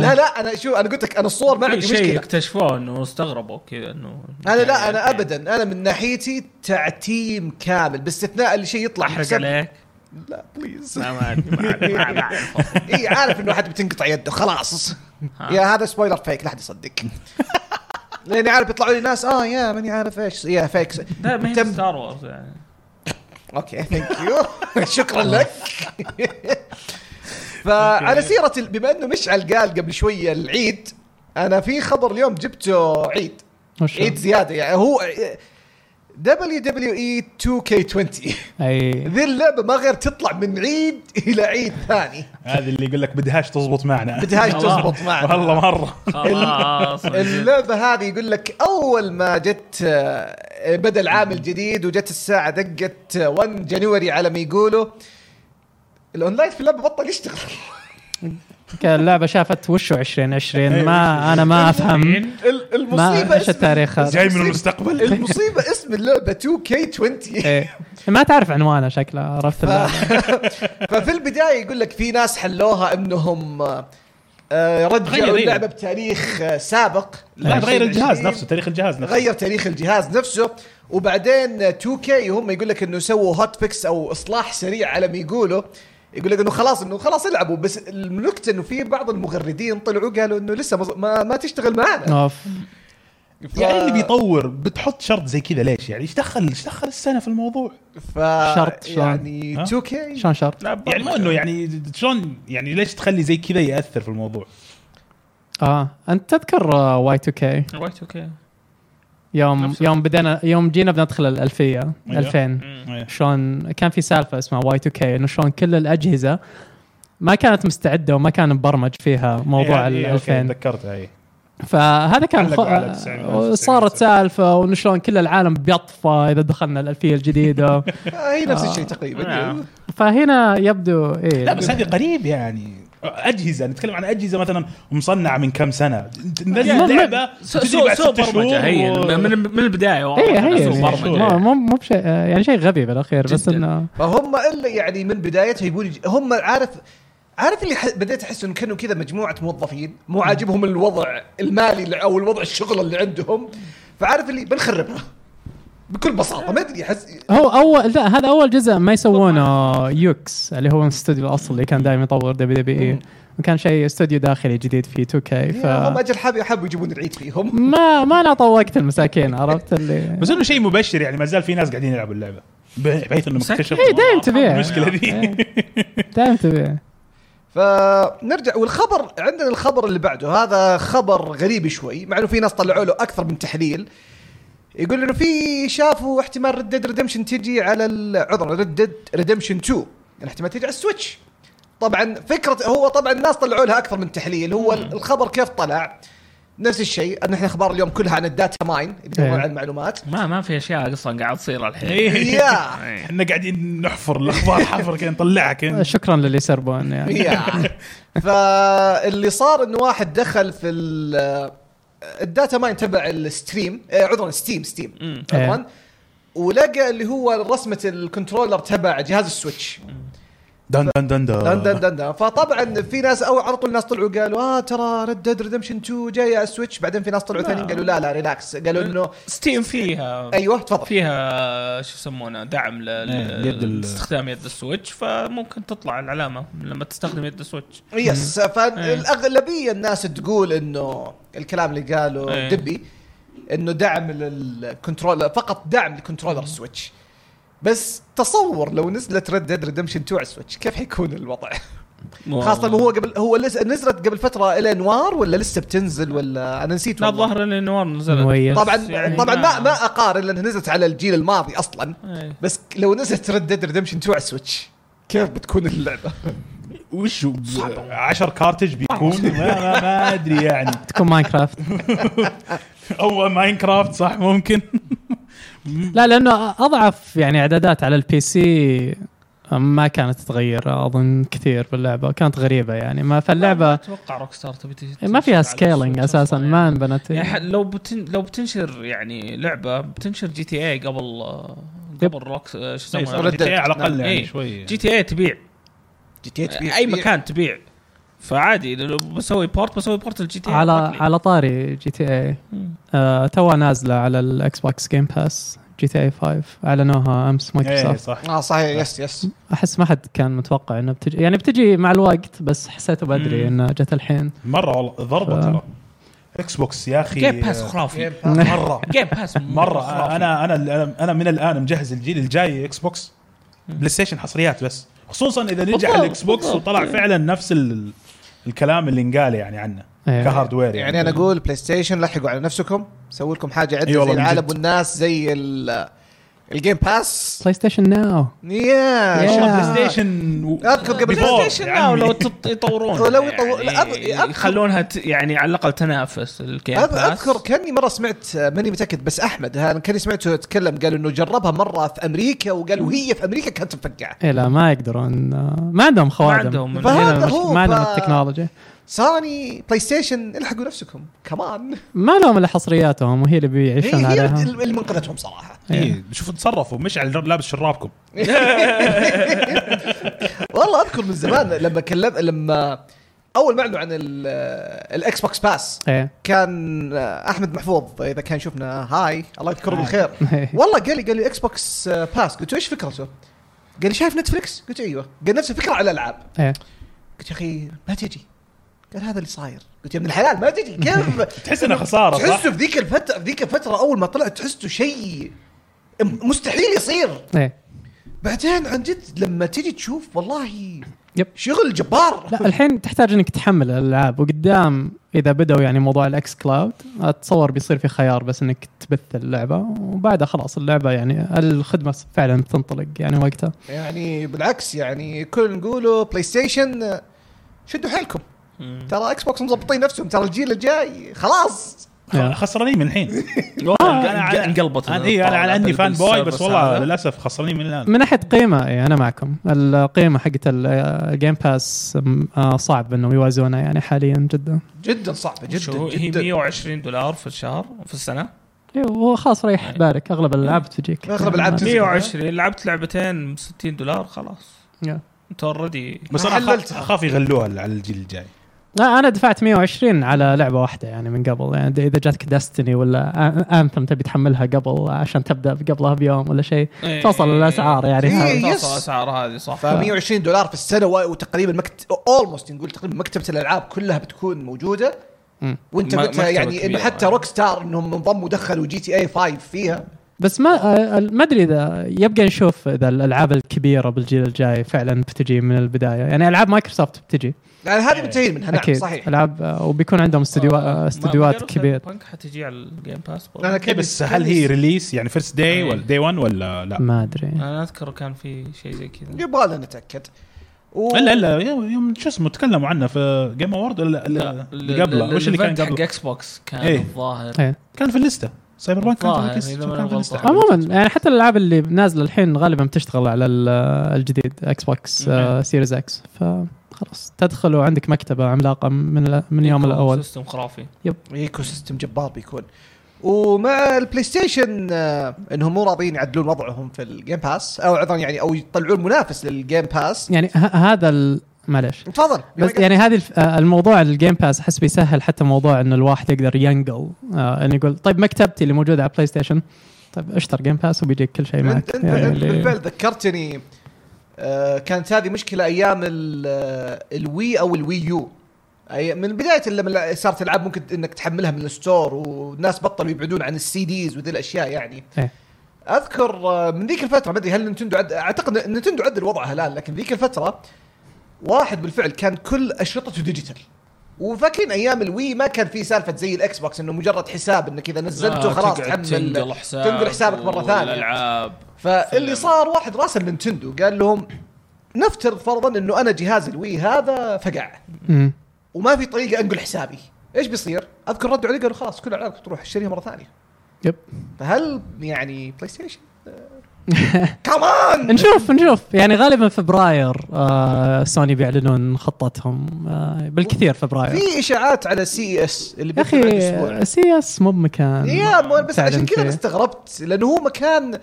D: لا لا انا شو انا قلت لك انا الصور ما
C: في
D: عندي
C: شيء
D: مشكله
C: اكتشفوه انه استغربوا كذا انه
D: انا لا
C: يعني
D: انا ابدا انا من ناحيتي تعتيم كامل باستثناء اللي شيء يطلع
C: احرق
D: حساب-
C: عليك
D: لا بليز
C: لا ما أدري، ما أدري، ما أعرف.
D: اي عارف انه حد بتنقطع يده خلاص
C: ها.
D: يا هذا سبويلر فيك لا حد يصدق لاني عارف يطلعوا لي ناس اه يا ماني عارف ايش يا فيك
C: لا ما هي
D: تم-
C: ستار وورز يعني
D: اوكي ثانك يو شكرا لك فعلى سيره ال- بما انه مشعل قال قبل شويه العيد انا في خبر اليوم جبته عيد
E: وش-
D: عيد زياده يعني هو دبليو دبليو اي 2 كي 20
E: اي
D: ذي اللعبه ما غير تطلع من عيد الى عيد ثاني
B: هذه اللي يقول لك بدهاش تزبط معنا
D: بدهاش تزبط معنا
B: والله مره
C: خلاص
D: طيب. اللعبه هذه يقول لك اول ما جت آه، بدا العام الجديد وجت الساعه دقت آه، 1 جانيوري على ما يقولوا الاونلاين في اللعبه بطل يشتغل
E: اللعبه شافت وشو
B: إيه،
E: 2020 ما انا ما افهم
D: ال-
E: ما
D: المصيبه
E: ايش
D: اسم
E: التاريخ هذا
B: جاي من المستقبل
D: المصيبه اسم اللعبه
B: إيه،
D: 2K20
E: ايه ما تعرف عنوانه شكله عرفت اللعبه
D: ففي البدايه يقول لك في ناس حلوها انهم آه، آه، رجعوا
B: غير
D: اللعبه بتاريخ آه، سابق
B: لا تغير الجهاز
D: 2020.
B: نفسه تاريخ الجهاز نفسه
D: غير تاريخ الجهاز نفسه وبعدين 2K هم يقول لك انه سووا هوت فيكس او اصلاح سريع على ما يقولوا يقول لك انه خلاص انه خلاص العبوا بس النكته انه في بعض المغردين طلعوا قالوا انه لسه مز- ما, ما تشتغل معنا
E: اوف
D: ف-
B: يعني اللي بيطور بتحط شرط زي كذا ليش يعني ايش دخل ايش دخل السنه في الموضوع
D: ف
E: شرط شلون؟
D: يعني
B: ها؟
D: 2K
E: شلون شرط
C: لا برضه.
B: يعني مو انه يعني شلون يعني ليش تخلي زي كذا ياثر في الموضوع
E: اه انت تذكر آه، واي 2 كي
C: رايت اوكي
E: يوم
C: نفس
E: يوم بدينا يوم جينا بندخل الالفيه
B: أيوه.
E: 2000
C: مم.
B: إيه.
E: شلون كان في سالفه اسمها واي 2 كي انه شلون كل الاجهزه ما كانت مستعده وما كان مبرمج فيها موضوع
B: إيه،
E: ال
B: إيه، أوكي،
E: 2000
B: تذكرتها اي
E: فهذا كان
B: علقوا على
E: خ... آه،
B: 90 1990.
E: صارت سالفه وانه شلون كل العالم بيطفى اذا دخلنا الالفيه الجديده
D: آه، هي نفس
E: آه.
D: الشيء تقريبا
C: نعم.
E: فهنا يبدو ايه
B: لا بس هذه قريب يعني اجهزه نتكلم عن اجهزه مثلا مصنعه من كم سنه
E: ما- ما-
B: نزل لعبه
C: سو
B: تجي
C: سو
B: بعد
C: سو
B: ست شهور
C: برمجه هي
B: و-
C: من من البدايه والله
E: ايه هي
C: سو
E: يعني
B: برمجة.
E: مو- مو مو بشيء يعني شيء غبي بالاخير بس
C: جداً.
E: انه
D: فهم الا يعني من بدايتها يبون يج- هم عارف عارف اللي ح- بديت احس انه كانوا كذا مجموعه موظفين مو عاجبهم الوضع المالي اللي- او الوضع الشغل اللي عندهم فعارف اللي بنخربها بكل بساطه ما ادري احس
E: هو اول لا هذا اول جزء ما يسوونه يوكس اللي هو الاستوديو الاصلي اللي كان دائما يطور دبليو دبليو اي وكان شيء استوديو داخلي جديد في 2K ف
D: هم اجل حابوا حابوا يجيبون العيد فيهم
E: ما ما نعطوا وقت المساكين عرفت اللي
B: بس انه شيء مبشر يعني ما زال في ناس قاعدين يلعبوا اللعبه ب- بحيث انه
C: مساكين.
B: مكتشف
E: اي دايم إيه، تبيع
B: المشكله ذي
E: دايم تبيع
D: فنرجع والخبر عندنا الخبر اللي بعده هذا خبر غريب شوي مع انه في ناس طلعوا له اكثر من تحليل يقول انه في شافوا احتمال ريد ديد ريدمشن تجي على ال- عذر ريد ديد ريدمشن 2 يعني احتمال تجي على السويتش طبعا فكره هو طبعا الناس طلعوا لها اكثر من تحليل هو الخبر كيف طلع نفس الشيء ان احنا اخبار اليوم كلها عن الداتا ماين اللي هو
E: إيه.
D: عن المعلومات
C: ما ما في اشياء اصلا قاعد تصير الحين
D: يا
C: إيه.
B: احنا قاعدين نحفر الاخبار حفر كذا نطلعها كذا
E: شكرا للي سربون يعني
D: يا. فاللي صار انه واحد دخل في ال- الداتا ماين تبع الستريم آه، عذرا ستيم ستيم
E: إيه.
D: عفوا ولقى اللي هو رسمه الكنترولر تبع جهاز السويتش
B: دن دن دن دن
D: دن دن دن دن فطبعا في ناس او على طول الناس طلعوا قالوا اه ترى ريد ديد ريدمشن 2 جاي على السويتش بعدين في ناس طلعوا
C: لا.
D: ثانيين قالوا لا لا ريلاكس قالوا انه
C: ستيم فيها
D: ايوه تفضل
C: فيها شو يسمونه دعم
B: إيه، يد ال-
C: لاستخدام يد السويتش فممكن تطلع العلامه لما تستخدم يد السويتش
D: يس
C: إيه.
D: فالاغلبيه الناس تقول انه الكلام اللي قاله
C: إيه.
D: دبي انه دعم الكنترولر فقط دعم الكنترولر سويتش بس تصور لو نزلت ريد ديد ريدمشن 2 على السويتش كيف حيكون الوضع؟ خاصه هو قبل هو لسه نزلت قبل فتره الى انوار ولا لسه بتنزل ولا انا نسيت
C: لا
D: والله
C: الظاهر ان نوار نزلت
E: مميز.
C: بس
D: طبعا
C: يعني
D: طبعا ما ما اقارن لانها نزلت على الجيل الماضي اصلا
C: إيه.
D: بس لو نزلت ريد ديد ريدمشن 2 على السويتش كيف بتكون اللعبه؟
B: وش 10 كارتج بيكون ما, ما, ما ادري يعني
E: تكون ماينكرافت
B: او ماينكرافت صح ممكن
E: لا لانه اضعف يعني اعدادات على البي سي ما كانت تتغير اظن كثير باللعبه كانت غريبه يعني ما فاللعبه
C: اتوقع روك ستار تبي تجي-
E: ما
C: تمشي
E: فيها
C: على
E: سكيلينج
C: السويتش
E: اساسا
C: أصلاً يعني.
E: ما انبنت
C: يعني ح- لو بتن... لو بتنشر يعني لعبه بتنشر جي تي اي قبل قبل روك شو
D: صار
C: يسمونه
D: ردت.
B: على الاقل
C: إيه.
B: يعني شوي
C: جي تي اي تبيع
D: جي تي
C: اي مكان تبيع فعادي لو بسوي بورت بسوي بورت الجي تي إيه
E: على على طاري جي تي إيه.
C: مم.
E: اي توا نازله على الاكس بوكس جيم باس جي تي إيه اي 5 اعلنوها امس
B: ايه
E: مايكروسوفت
B: صح
D: اه صحيح يس يس
C: إيه.
E: احس ما حد كان متوقع انها بتجي يعني بتجي مع الوقت بس حسيته بدري انها جت الحين
B: مره والله ضربه
E: ف-
B: ترى اكس بوكس يا اخي
C: جيم باس
B: آه،
C: خرافي
D: إيه،
B: مره
C: جيم باس
B: مره
C: خرافي.
B: انا انا انا- انا من الان مجهز الجيل الجاي اكس بوكس بلاي ستيشن حصريات بس خصوصا اذا نرجع
C: بالضبط،
B: على الاكس بوكس
C: بالضبط.
B: وطلع فعلا نفس ال- الكلام اللي انقال يعني عنه
E: إيه.
B: كهاردوير
D: يعني انا اقول بلاي ستيشن لحقوا على نفسكم سووا لكم حاجه عدل
B: أي إيه والله
D: زي
B: من
D: العالم
B: جد.
D: والناس زي ال- الجيم باس
E: بلاي ستيشن ناو
D: يا
E: يا.
D: شباب.
B: والله بلاي ستيشن و-
D: اذكر قبل
B: بيفور.
D: بلاي
C: بلاي
D: ستيشن
C: ستيشن
B: يا عمي.
C: لو تط- يطورون
D: ولو يطور- لا، أب- أب-
C: يعني يخلونها ت- يعني على الاقل تنافس الجيم
D: أذ-
C: باس
D: اذكر كاني مره سمعت آه، ماني متاكد بس احمد انا كاني سمعته يتكلم قال انه جربها مره في امريكا وقال وهي في امريكا كانت مفقعه
E: اي إيه لا ما يقدرون آه، ما عندهم خوادم
C: عندهم.
E: هنا
D: فهذا
E: مش-
D: هو،
E: ما عندهم
D: ف-
E: التكنولوجيا
D: سوني بلاي ستيشن الحقوا نفسهم كمان
E: ما لهم الا حصرياتهم وهي اللي
D: هي
E: بيعيشون
D: هي
E: عليها
D: اللي منقذتهم صراحه
B: إيه، شوفوا تصرفوا مش على لابس شرابكم
D: والله اذكر من زمان لما كلم لما اول ما اعلنوا عن ال- آه، الاكس بوكس باس
E: ايه
D: كان آه، احمد محفوظ اذا كان شوفنا هاي الله يذكره
B: هاي.
D: بالخير
E: هاي.
D: والله قال لي قال لي اكس بوكس آه، باس قلت له ايش فكرته؟ قال لي شايف نتفلكس؟ قلت ايوه قال نفس الفكره على الالعاب
E: ايه
D: قلت يا اخي ما تجي قال هذا اللي صاير قلت يا ابن الحلال ما تجي كيف
B: تحس انها خساره صح؟
D: تحسه في ذيك الفتره في ذيك الفتره اول ما طلع تحسه شيء مستحيل يصير
E: ايه
D: بعدين عن جد لما تجي تشوف والله
E: يب.
D: شغل جبار
E: لا الحين تحتاج انك تحمل الالعاب وقدام اذا بدأوا يعني موضوع الاكس كلاود اتصور بيصير في خيار بس انك تبث اللعبه وبعدها خلاص اللعبه يعني الخدمه فعلا تنطلق يعني وقتها
D: يعني بالعكس يعني كل نقوله بلاي ستيشن آه، شدوا حيلكم ترى اكس بوكس مظبطين نفسهم ترى الجيل الجاي خلاص
E: يا.
B: خسرانين من الحين
C: أنا على-
B: انقلبت انا اي انا على اني فان بوي بس والله للاسف خسرانين من الان
E: من ناحيه قيمه إيه انا معكم القيمه حقت آه، الجيم باس آه، صعب انهم يوازونها يعني حاليا جدا
D: جدا صعبه جدا
C: شو هي
D: جدا
C: 120 دولار في الشهر في السنه
E: إيه، وخلاص ريح بالك اغلب الالعاب تجيك
D: يعني أغلب الألعاب تجيك.
C: 120 لعبت لعبتين ب 60 دولار خلاص
E: يا.
C: انت اوريدي
B: بس
D: ما
B: انا أخاف-
D: حللتها.
B: اخاف يغلوها على الجيل الجاي
E: لا انا دفعت 120 على لعبه واحده يعني من قبل يعني اذا جاتك دستني ولا انثم تبي تحملها قبل عشان تبدا قبلها بيوم ولا شيء
C: إيه.
E: توصل الاسعار يعني
D: إيه.
E: هذا.
C: توصل
D: يس.
C: الاسعار هذه صح
D: ف 120 دولار في السنه و- وتقريبا مكت... اولموست نقول تقريبا مكتبه الالعاب كلها بتكون موجوده
E: مم.
D: وانت
C: م-
D: قلت
C: مكتبة
D: يعني انه
C: كبيرة
D: حتى
C: يعني.
D: روك ستار انهم انضموا دخلوا جي تي اي 5 فيها
E: بس ما آه، ما ادري اذا يبقى نشوف اذا الالعاب الكبيره بالجيل الجاي فعلا بتجي من البدايه يعني العاب مايكروسوفت بتجي
D: يعني هذه
C: إيه.
D: منتهين منها نعم
E: اكيد
D: صحيح
E: العاب آه، وبيكون عندهم استديو آه، استديوهات كبيره
C: بانك حتجي على الجيم باس برضه.
D: انا
B: إيه
D: كيف
B: بس هل هي ريليس يعني فيرست داي ولا داي 1 ولا لا؟
E: ما ادري
C: انا اذكر كان في شيء زي كذا
D: يبغى لنا نتاكد و...
B: الا الا يوم يوم شو اسمه تكلموا عنه في جيم اوورد ولا لا اللي قبله وش اللي كان
C: حق
B: قبله؟
C: اكس بوكس كان
B: إيه.
C: الظاهر
E: إيه.
B: كان في الليسته سايبر بانك كان في
C: الظاهر،
B: الليست-
C: إذا ما أنا
B: كان في الليسته
C: غلطان.
E: عموما يعني حتى الالعاب اللي نازله الحين غالبا بتشتغل على ال- الجديد اكس بوكس آه، سيريز اكس فخلاص تدخل وعندك مكتبه عملاقه من ال- من اليوم
C: يكون
E: الاول
C: سيستم خرافي
D: ايكو سيستم جبار بيكون ومع البلاي ستيشن آه، انهم مو راضيين يعدلون وضعهم في الجيم باس او عذرا يعني او يطلعون منافس للجيم باس
E: يعني ه- هذا ال- معلش
D: تفضل
E: بس يعني هذه الف- آه، الموضوع الجيم باس احس بيسهل حتى موضوع انه الواحد يقدر ينقل آه، انه يقول طيب مكتبتي اللي موجوده على بلاي ستيشن طيب اشتر جيم باس وبيجيك كل شيء
D: انت
E: معك
D: انت
E: يعني
D: انت
E: اللي-
D: بالفعل ذكرتني آه، كانت هذه مشكله ايام ال- آه، الوي او الوي يو أي من بدايه لما صارت العاب ممكن انك تحملها من الستور والناس بطلوا يبعدون عن السي ديز وذي الاشياء يعني
E: إيه.
D: اذكر آه، من ذيك الفتره ما ادري هل نتندو عد... اعتقد إن نتندو عدل وضعها الان لكن ذيك الفتره واحد بالفعل كان كل اشرطته ديجيتال وفاكرين ايام الوي ما كان في سالفه زي الاكس بوكس انه مجرد حساب انك اذا نزلته
B: آه،
C: لا،
D: خلاص
C: آه، تقعد تنقل حساب
D: تنقل حسابك مره ثانيه
C: والالعاب
D: فاللي
C: فيلم.
D: صار واحد راسل نينتندو قال لهم نفترض فرضا انه انا جهاز الوي هذا فقع
E: مم.
D: وما في طريقه انقل حسابي ايش بيصير؟ اذكر ردوا علي قالوا خلاص كل العابك تروح تشتريها مره ثانيه
E: يب
D: فهل يعني بلاي ستيشن آه، كمان
E: نشوف نشوف يعني غالبا فبراير آه سوني بيعلنون خطتهم آه بالكثير فبراير
D: في اشاعات على سي اس اللي
E: يا آه،
D: بيكون بعد أسبوع.
E: اخي سي اس مو بمكان
D: يا مو- بس
E: تعلن
D: عشان كذا انا
E: فيه.
D: استغربت لانه هو مكان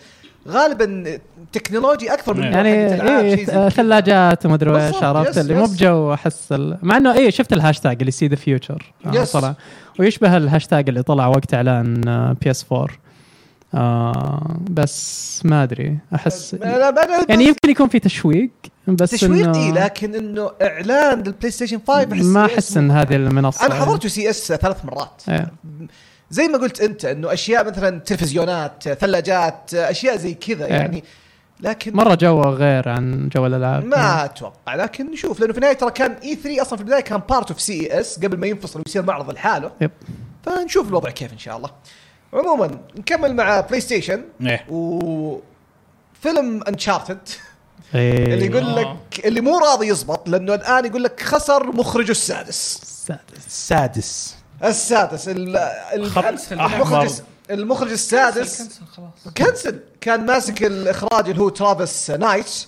D: غالبا تكنولوجي اكثر من
E: يعني
D: حقة ألعاب،
E: ايه
D: شيء زي كذا.
E: ثلاجات وما ادري ايش
D: بالضبط، يس،
E: عرفت اللي مو
D: يس.
E: بجو احس ال- مع انه ايه شفت الهاشتاج اللي سي ذا فيوتشر
D: يس.
E: آه، طلع ويشبه الهاشتاج اللي طلع وقت اعلان بي اس 4 آه بس ما ادري احس
D: أنا- أنا-
E: يعني يمكن يكون في تشويق بس
D: تشويق إيه،
E: إنه-
D: اي لكن انه اعلان للبلاي ستيشن 5
E: ما
D: سي إس
E: احس ان هذه المنصه
D: انا حضرت سي اس ثلاث مرات
E: إيه.
D: زي ما قلت انت انه اشياء مثلا تلفزيونات ثلاجات اشياء زي كذا
E: إيه.
D: يعني لكن
E: مره جوه غير عن جو الالعاب
D: ما اتوقع لكن نشوف لانه في النهايه ترى كان اي 3 اصلا في البدايه كان بارت اوف سي اس قبل ما ينفصل ويصير معرض لحاله
E: يب.
D: فنشوف الوضع كيف ان شاء الله عموما نكمل مع بلاي ستيشن
B: إيه.
D: و فيلم انشارتد
E: إيه.
D: اللي يقول
C: آه.
D: لك اللي مو راضي يزبط لانه الان يقول لك خسر مخرجه السادس
E: السادس.
B: السادس
D: السادس ال ال-
B: خط أحمر.
D: المخرج المخرج السادس
C: كنسل خلاص
D: كنسل كان ماسك الاخراج اللي هو ترافيس نايت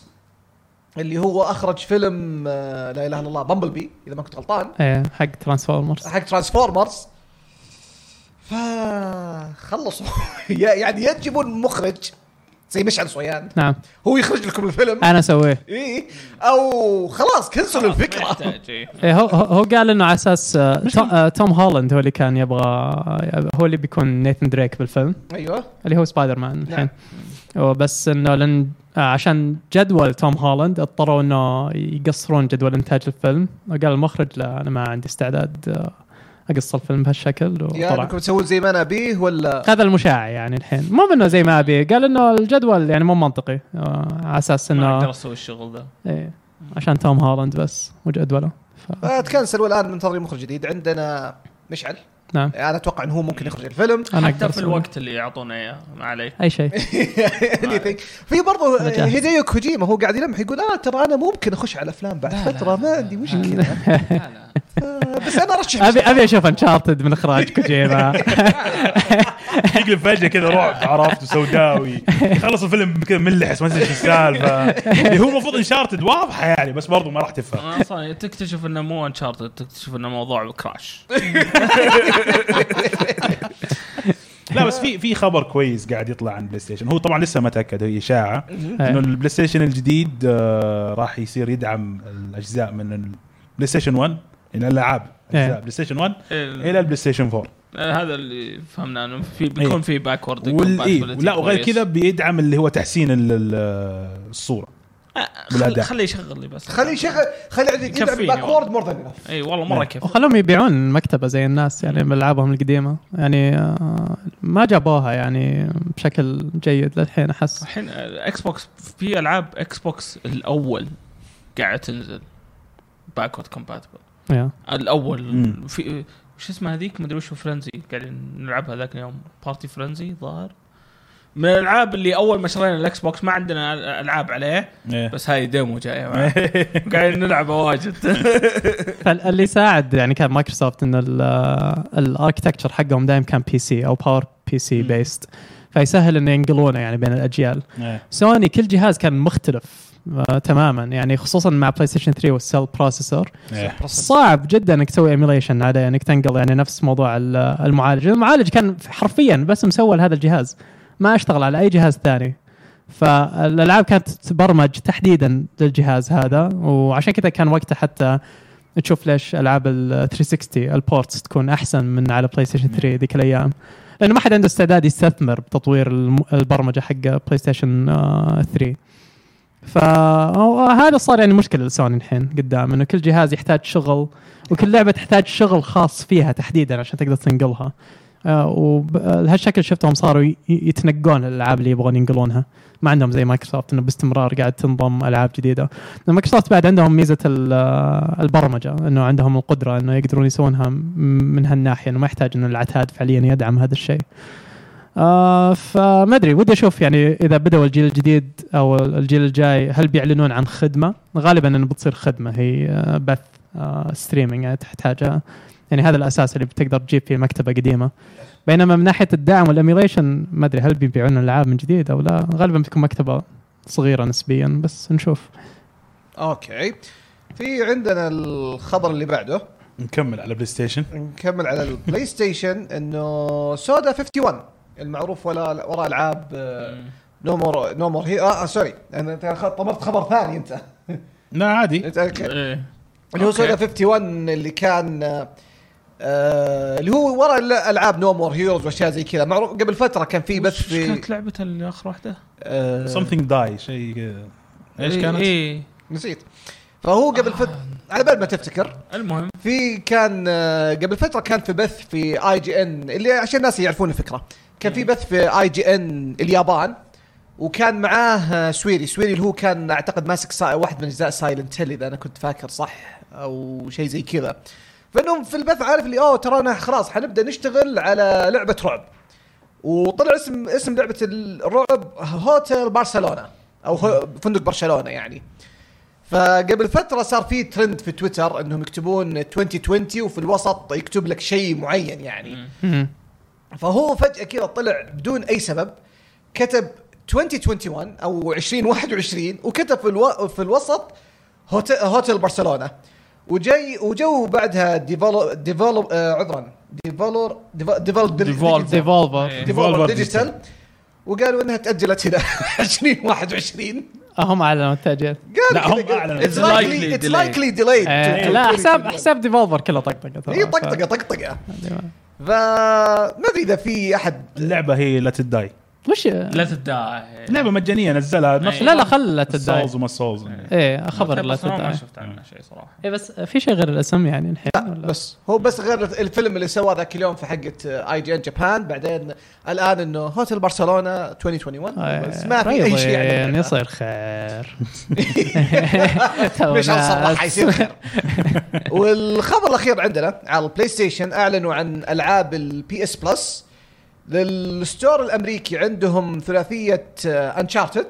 D: اللي هو اخرج فيلم آه، لا اله الا الله بامبل بي اذا ما كنت غلطان
E: ايه حق ترانسفورمرز
D: حق ترانسفورمرز فخلصوا يعني يا تجيبون مخرج زي مشعل صويان
E: نعم
D: هو يخرج لكم الفيلم
E: انا سويه
D: اي او خلاص كنسلوا الفكره
C: يحتاج إيه.
E: إيه، هو هو هو قال انه على اساس آه، تو- آه، توم هولاند هو اللي كان يبغى آه، هو اللي بيكون نيثن دريك بالفيلم
D: ايوه
E: اللي هو سبايدر مان الحين
D: نعم.
E: بس انه لان آه، عشان جدول توم هولاند اضطروا انه يقصرون جدول انتاج الفيلم وقال المخرج لا انا ما عندي استعداد آه، اقص الفيلم بهالشكل
D: يا
E: وطلع
D: انكم تسوون زي ما انا ابيه ولا
E: هذا المشاع يعني الحين مو انه زي ما ابي قال انه الجدول يعني مو منطقي آه، على اساس
C: ما اقدر
E: انه
C: اسوي الشغل ذا
E: إيه، عشان توم هولاند بس وجدوله ف...
D: آه، تكنسل والان منتظرين مخرج جديد عندنا مشعل
E: نعم
D: انا اتوقع انه هو ممكن يخرج الفيلم
E: انا
C: حتى
E: اقدر
C: في
E: أسوي.
C: الوقت اللي يعطونا اياه ما عليك
E: اي شيء
D: Anything. في برضه
E: أنا جاهز.
D: هيديو كوجيما هو قاعد يلمح يقول اه ترى انا ممكن اخش على افلام بعد فتره ما عندي مشكله
C: لا لا
D: آه، بس انا ارشح
E: ابي ابي اشوف انشارتد من اخراج كوجيما
B: يقلب فجاه كذا رعب عرفت وسوداوي يخلص الفيلم كذا ملحس ما تدري ايش السالفه اللي يعني هو المفروض انشارتد واضحه يعني بس برضو ما راح تفهم
C: أنا اصلا تكتشف انه مو انشارتد تكتشف انه موضوع كراش
B: لا بس في في خبر كويس قاعد يطلع عن بلاي ستيشن هو طبعا لسه ما تاكد هي اشاعه انه البلاي ستيشن الجديد آه، راح يصير يدعم الاجزاء من البلاي ستيشن 1 الالعاب أجزاء
E: إيه.
B: بلاي ستيشن 1
C: إيه،
B: الى البلاي ستيشن 4
C: آه، هذا اللي فهمناه انه في بيكون
B: إيه.
C: في باكورد
B: وال... إيه. لا وغير كذا بيدعم اللي هو تحسين ال- ال- الصوره
C: خليه
B: بالأداء.
C: خليه يشغل لي بس
D: خليه شغل خليه يدعم
C: يكفيني
D: باك
C: والله.
D: وورد مور ذان
C: اي والله مره
B: إيه.
C: كيف
E: وخلوهم يبيعون المكتبه زي الناس يعني بالعابهم القديمه يعني آه، ما جابوها يعني بشكل جيد للحين احس
C: الحين اكس بوكس في العاب اكس بوكس الاول قاعده تنزل باكورد كومباتبل
E: يا.
B: مم.
C: الاول في وش اسمها هذيك مدري وش فرنزي قاعدين نلعبها ذاك اليوم بارتي فرنزي ظاهر من الالعاب اللي اول ما شرينا الاكس بوكس ما عندنا العاب عليه
B: إيه.
C: بس هاي ديمو جايه معاه. قاعدين نلعبها واجد
E: فاللي يساعد يعني كان مايكروسوفت ان الاركتكتشر آه، حقهم دايم كان بي سي او باور بي سي
B: مم.
E: بيست فيسهل انه ينقلونه يعني بين الاجيال
B: إيه.
E: سوني كل جهاز كان مختلف آه، تماما يعني خصوصا مع بلاي ستيشن 3 والسيل بروسيسور
B: إيه.
E: صعب جدا انك تسوي ايميليشن على انك تنقل يعني نفس موضوع ال- المعالج المعالج كان حرفيا بس مسوى لهذا الجهاز ما اشتغل على اي جهاز ثاني فالالعاب كانت تبرمج تحديدا للجهاز هذا وعشان كذا كان وقتها حتى تشوف ليش العاب ال 360 البورتس تكون احسن من على بلاي ستيشن 3 ذيك الايام لانه ما حد عنده استعداد يستثمر بتطوير الم- البرمجه حق بلاي ستيشن آه، 3 فهذا صار يعني مشكله لسوني الحين قدام انه كل جهاز يحتاج شغل وكل لعبه تحتاج شغل خاص فيها تحديدا عشان تقدر تنقلها آه، وبهالشكل شفتهم صاروا ي- يتنقون الالعاب اللي يبغون ينقلونها ما عندهم زي مايكروسوفت انه باستمرار قاعد تنضم العاب جديده لأن مايكروسوفت بعد عندهم ميزه ال- آه، البرمجه انه عندهم القدره انه يقدرون يسوونها م- من هالناحيه انه ما يحتاج انه العتاد فعليا يدعم هذا الشيء آه فما ادري ودي اشوف يعني اذا بدأوا الجيل الجديد او الجيل الجاي هل بيعلنون عن خدمه؟ غالبا انه بتصير خدمه هي آه، بث آه ستريمينج يعني تحتاجها يعني هذا الاساس اللي بتقدر تجيب فيه مكتبه قديمه بينما من ناحيه الدعم والايميليشن ما ادري هل بيبيعون الالعاب من جديد او لا غالبا بتكون مكتبه صغيره نسبيا بس نشوف
D: اوكي في عندنا الخبر اللي بعده
B: نكمل على بلاي ستيشن
D: نكمل على البلاي ستيشن انه سودا 51 المعروف ولا وراء العاب آه، نومور نومور هي اه سوري انا أنت خ- طمرت خبر ثاني انت
B: لا عادي
D: انت اللي
C: إيه.
D: هو
C: أوكي.
D: سودا 51 اللي كان آه، آه اللي هو وراء ال- العاب نومور هيروز واشياء زي كذا معروف قبل فتره كان في بث
C: وش
D: في
C: كانت لعبه اللي اخر واحده؟
D: آه،
B: سمثينج داي شيء كذا.
E: إيه،
B: ايش كانت؟
C: اي
D: نسيت فهو قبل فتره على بال ما تفتكر
C: المهم
D: في كان آه، قبل فتره كان في بث في اي جي ان اللي عشان الناس يعرفون الفكره كان في بث في اي جي ان اليابان وكان معاه آه، سويري سويري اللي هو كان اعتقد ماسك سا... واحد من اجزاء سايلنت هيل اذا انا كنت فاكر صح او شيء زي كذا فانهم في البث عارف اللي اوه ترانا خلاص حنبدا نشتغل على لعبه رعب وطلع اسم اسم لعبه الرعب هوتيل برشلونه او هو- فندق برشلونه يعني فقبل فتره صار في ترند في تويتر انهم يكتبون 2020 وفي الوسط يكتب لك شيء معين يعني فهو فجاه كذا طلع بدون اي سبب كتب 2021 او 2021 وكتب في الو... في الوسط هوتيل, هوتيل برشلونه وجاي وجو بعدها ديفولو ديفولو آه عذرا ديفولور ديفولو
E: ديفولفر
C: إيه.
D: ديفولور
B: Devolver
D: ديجيتال وقالوا انها تاجلت الى 2021
E: هم اعلنوا التاجيل
D: قال
B: لا،
D: كذا
B: هم
D: قال-
B: أعلنوا.
D: It's
C: It's
D: likely
C: likely
D: it's
C: delayed.
D: likely delayed. to-
E: آه لا
D: to-
E: حساب حساب آه، أيوة. ديفولفر كله طقطقه
D: هي طقطقه طقطقه فما ادري اذا في احد
B: اللعبه هي لا تداي
E: وش
C: لا تدعي
B: لعبه مجانيه نزلها نفس
E: لا لا خلت الدايت
B: السولز وما السولز يعني.
E: ايه خبر لا
C: بس أنا
E: تدعي
C: ما شفت عنها شيء صراحه
E: ايه بس في شيء غير الاسم يعني الحين ولا؟
D: بس هو بس غير الفيلم اللي سواه ذاك اليوم في آه، حقه اي جي ان جابان بعدين الان انه هوتيل برشلونه 2021
E: آه،
D: بس ما في اي شيء عن
E: يعني
D: اللعبة.
E: يصير خير
D: مش
E: تونا
D: راح يصير خير والخبر الاخير عندنا على البلاي ستيشن اعلنوا عن العاب البي اس بلس للستور الامريكي عندهم آه، ثلاثيه انشارتد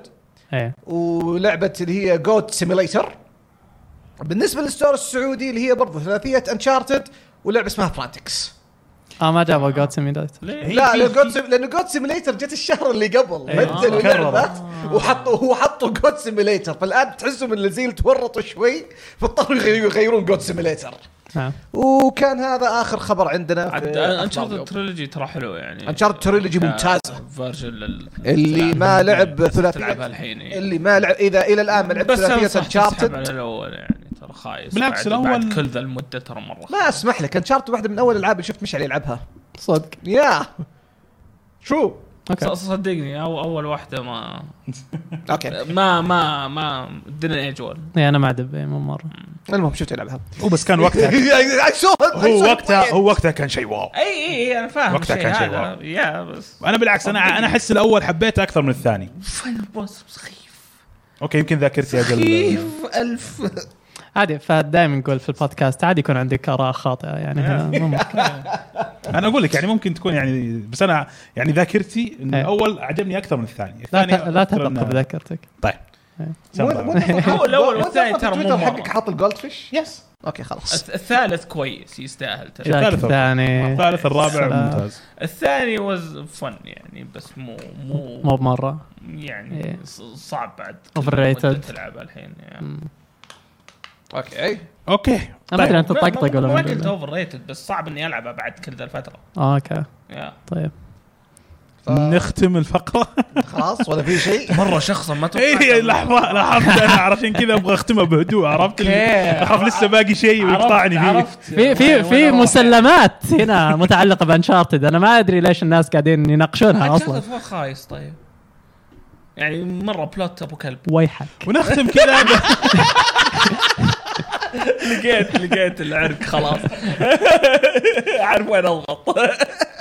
E: ايه
D: ولعبه اللي هي جوت سيميليتر بالنسبه للستور السعودي اللي هي برضه ثلاثيه انشارتد ولعبه اسمها فرانتكس
E: اه ما
D: آه.
E: جابوا جوت سيميليتر
C: ليه؟
D: لا لأن God Sim- لانه جوت سيميليتر جت الشهر اللي قبل
E: إيه.
D: بدلوا
B: آه.
D: اللعبه وحطوا هو حطوا جوت سيميليتر فالان تحسهم اللي زي اللي تورطوا شوي فاضطروا يغيروا- يغيرون جوت سيميليتر
E: نعم
D: وكان هذا اخر خبر عندنا في
C: انشارتد تريلوجي آه، ترى حلو يعني
D: انشارتد تريلوجي ممتازه
C: فيرجن لل
D: اللي ما لعب ثلاثيه
C: تلعبها الحين يعني.
D: اللي ما لعب اذا الى الان ما لعب
C: بس
D: ثلاثيه
C: انصح تسحب
D: انشارتد
C: على الاول يعني ترى خايس
B: بالعكس،
C: بعد, بعد
B: الأول-
C: كل ذا المده ترى مره
D: ما اسمح لك انشارت واحده من اول العاب اللي شفت مشعل يلعبها
E: صدق
D: يا شو
C: خ-
E: اوكي
C: صدقني أو اول واحده ما
D: اوكي
C: ما ما ما didn't age well
E: إي، انا إيه، ما ادب إي، مو مره
D: المهم شفت يلعبها
B: هو بس كان وقتها هو وقتها هو وقتها كان شيء واو
C: اي اي اي انا فاهم
B: وقتها
C: الشيء
B: كان شيء
C: هذا
B: واو.
C: يا بس
B: انا بالعكس انا انا احس الاول حبيته اكثر من الثاني
C: فاينل بوس سخيف
B: اوكي يمكن ذاكرتي اقل
C: سخيف الف
E: عادي فدائما نقول في البودكاست عادي يكون عندك اراء خاطئه يعني
C: نعم.
E: هنا مو مشكله
B: انا اقول لك يعني ممكن تكون يعني بس انا يعني ذاكرتي إن
E: إيه.
B: الاول عجبني اكثر من الثاني
E: لا
B: الثاني
E: ت- لا
B: أكثر
E: تثق
B: من-
E: بذاكرتك
B: طيب
C: هو الأول والثاني ترى مو مرة.
D: حقك حاط الجولد فيش يس اوكي خلاص
C: الث- الثالث كويس يستاهل ترى
E: ذاك
B: الثالث
C: آه،
E: الثاني
B: الثالث الرابع
E: سلام.
B: ممتاز
C: الثاني واز فن يعني بس مو مو
E: مو بمره إيه.
C: يعني ص- صعب بعد
E: Overrated.
C: تلعب الحين يعني.
D: اوكي
B: اوكي
E: انا ما ادري
B: طيب.
E: انت
C: ما- طيب، ما-
E: تطقطق ولا
C: ما
E: ما
C: قلت
E: أدري.
C: اوفر ريتد بس صعب اني العبها بعد كل ذا الفتره
E: اوكي
C: يا.
E: طيب
B: نختم الفقره
D: خلاص ولا في شيء
C: مره شخصا ما
B: اي لحظه إيه، لاحظت انا عشان كذا ابغى اختمها بهدوء عرفت اللي-
C: أوكي.
B: اخاف لسه باقي شيء ويقطعني فيه
C: عرفت
E: في في في مسلمات هنا متعلقه بانشارتد انا ما ادري ليش الناس قاعدين يناقشونها اصلا
C: اصلا فوق خايس طيب يعني مره بلوت ابو كلب
E: ويحك
B: ونختم كذا ب-
C: لقيت لقيت العرق خلاص اعرف وين اضغط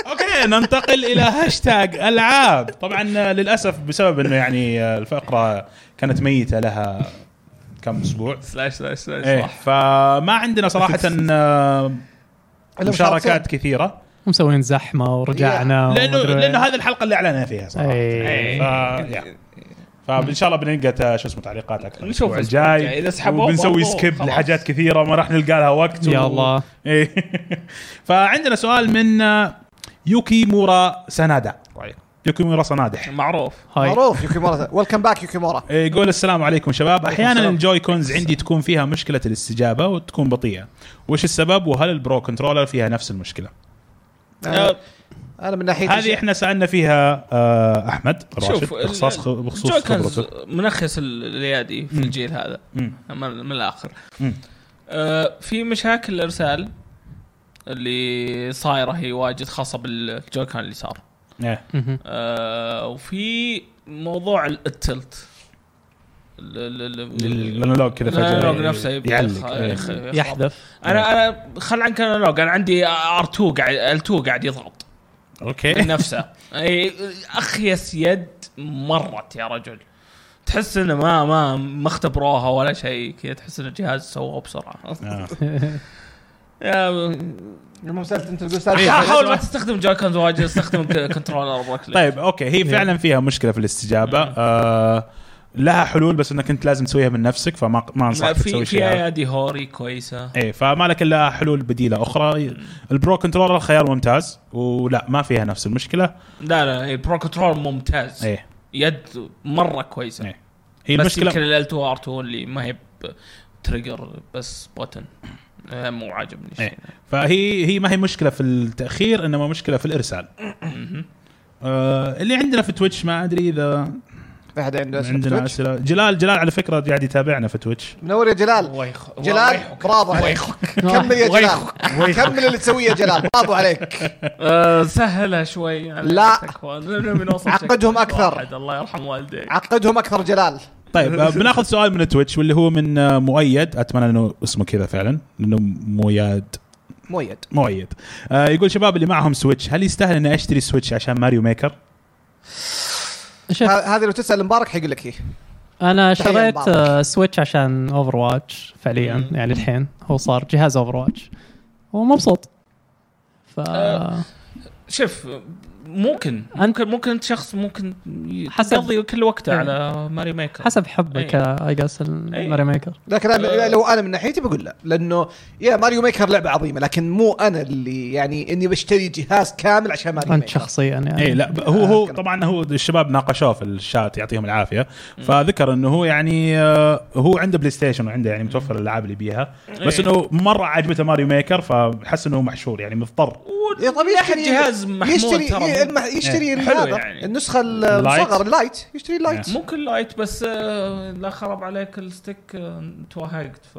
B: اوكي ننتقل الى هاشتاج العاب طبعا للاسف بسبب انه يعني الفقره كانت ميته لها كم اسبوع
C: سلاش سلاش سلاش
B: ايه
C: صح
B: فما عندنا صراحه آه، مشاركات كثيره
E: مسوين زحمه ورجعنا
B: لانه
E: ومدري وين.
B: لانه هذه الحلقه اللي اعلنا فيها صراحه
E: أي.
C: إيه.
B: ف... يا. فان شاء الله بنلقى شو اسمه تعليقات اكثر
C: نشوف
B: الأسبوع
C: الأسبوع الجاي. إذا سحبوه
B: وبنسوي
C: برضو
B: سكيب
C: خلاص.
B: لحاجات كثيره ما راح نلقى لها وقت
E: يا الله.
B: إيه. فعندنا سؤال من آه، يوكي مورا سنادا
C: طيب.
B: يوكي مورا صنادح
C: معروف
E: هاي
D: معروف يوكيمورا ويلكم باك يوكيمورا
B: إيه، يقول السلام عليكم شباب احيانا
D: السلام.
B: الجوي كونز عندي تكون فيها مشكله الاستجابه وتكون بطيئه وش السبب وهل البرو كنترولر فيها نفس المشكله آه،
D: آه،
C: آه،
D: أنا- انا من ناحيه
B: هذه احنا سالنا فيها آه، احمد راشد
C: إيه، شوف
B: بخصوص خ- بخصوص
C: جوكنز
B: خبرته
C: منخس ال- الايادي في الجيل هذا
B: مم.
C: من, من الاخر
B: مم.
C: آه في مشاكل الارسال اللي صايره هي واجد خاصه بالجوكان اللي صار
B: إيه.
E: مهم.
C: آه وفي موضوع ال- التلت ال- ال- ال-
B: الانالوج كذا فجاه
C: الانالوج نفسه يبدأ
B: يعلق
C: يخ-
B: إيه.
C: يخ- يخرب.
E: يحذف
C: انا انا خل عنك انالوج انا عندي ار2 قاعد ال2 قاعد يضغط من
B: اوكي
C: نفسه اي اخيس يد مرت يا رجل تحس انه ما ما ما اختبروها ولا شيء كذا تحس ان الجهاز سووه بسرعه
B: آه.
C: يا-
D: المهم سالت انت تقول
B: إيه.
C: حاول ما تستخدم جوي كونز واجد استخدم ك- كنترولر بركلي
B: طيب اوكي
C: إيه.
B: هي فعلا فيها مشكله في الاستجابه آه لها حلول بس انك انت لازم تسويها من نفسك فما ما انصحك
C: في
B: تسوي
C: في
B: شيء هذا.
C: ايادي هوري كويسه
B: ايه فما لك الا حلول بديله
C: إيه.
B: اخرى البرو كنترولر خيار ممتاز ولا ما فيها نفس المشكله
C: لا لا هي برو كنترول ممتاز
B: ايه
C: يد مره كويسه
B: إيه. هي
C: بس يمكن
B: المشكله
C: ال 2 ار 2 اللي ما هي تريجر بس بوتن آه، مو عاجبني
B: إيه.
C: شيء
B: فهي هي ما هي مشكله في التاخير انما مشكله في الارسال آه اللي عندنا في تويتش ما ادري اذا
D: في احد عنده اسم في
B: عندنا
D: تويتش؟
B: اسئله جلال جلال على فكره قاعد يتابعنا في تويتش
D: منور يا جلال
C: الله يخ- الله
D: جلال
C: يحك.
D: برافو عليك كمل يا جلال كمل اللي تسويه يا جلال برافو عليك
C: آه، سهلها شوي يعني على
D: لا.
C: نفسك، والله، بنوصل شكل
D: عقدهم أكثر.
C: واحد، الله يرحم والديك
D: عقدهم اكثر جلال
B: طيب آه، بناخذ سؤال من تويتش واللي هو من آه، مؤيد اتمنى انه اسمه كذا فعلا لانه مؤيد
D: مؤيد
B: مؤيد آه يقول شباب اللي معهم سويتش هل يستاهل اني اشتري سويتش عشان ماريو ميكر؟
E: شوف
D: ه- هذه لو تسال مبارك حيقول لك إيه. هي
E: انا
D: تخيل
E: شريت
D: بعضك.
E: آه، سويتش عشان اوفر واتش فعليا
C: مم.
E: يعني الحين هو صار جهاز اوفر واتش ومبسوط ف
C: آه. شوف ممكن ممكن ممكن انت شخص ممكن
E: حسب-
C: يقضي كل وقته
E: إيه.
C: على ماري ميكر
E: حسب
D: إيه.
E: حبك آه، اي قص
C: أي.
E: الماري ميكر
D: لكن أنا
C: أه.
D: لو انا من ناحيتي بقول لا لانه يا ماريو ميكر لعبه عظيمه لكن مو انا اللي يعني اني بشتري جهاز كامل عشان ماريو
E: انت
D: ميكر
E: شخصيا يعني
B: اي إيه، لا ب-
C: آه،
B: هو هو طبعا هو الشباب ناقشوه في الشات يعطيهم العافيه فذكر انه هو يعني آه، هو عنده بلاي ستيشن وعنده يعني متوفر الالعاب اللي بيها بس
C: إيه.
B: انه مره عجبته ماريو ميكر فحس انه محشور يعني مضطر
D: يا طبيعي
C: يا أخي الجهاز محمول
D: يشتري
C: ترى.
D: ي- المح- يشتري
C: حلو
D: هذا
C: يعني.
D: النسخه
B: اللايت.
D: الصغر اللايت يشتري اللايت
C: ممكن لايت بس آه، لا خرب عليك الستيك آه، توهقت ف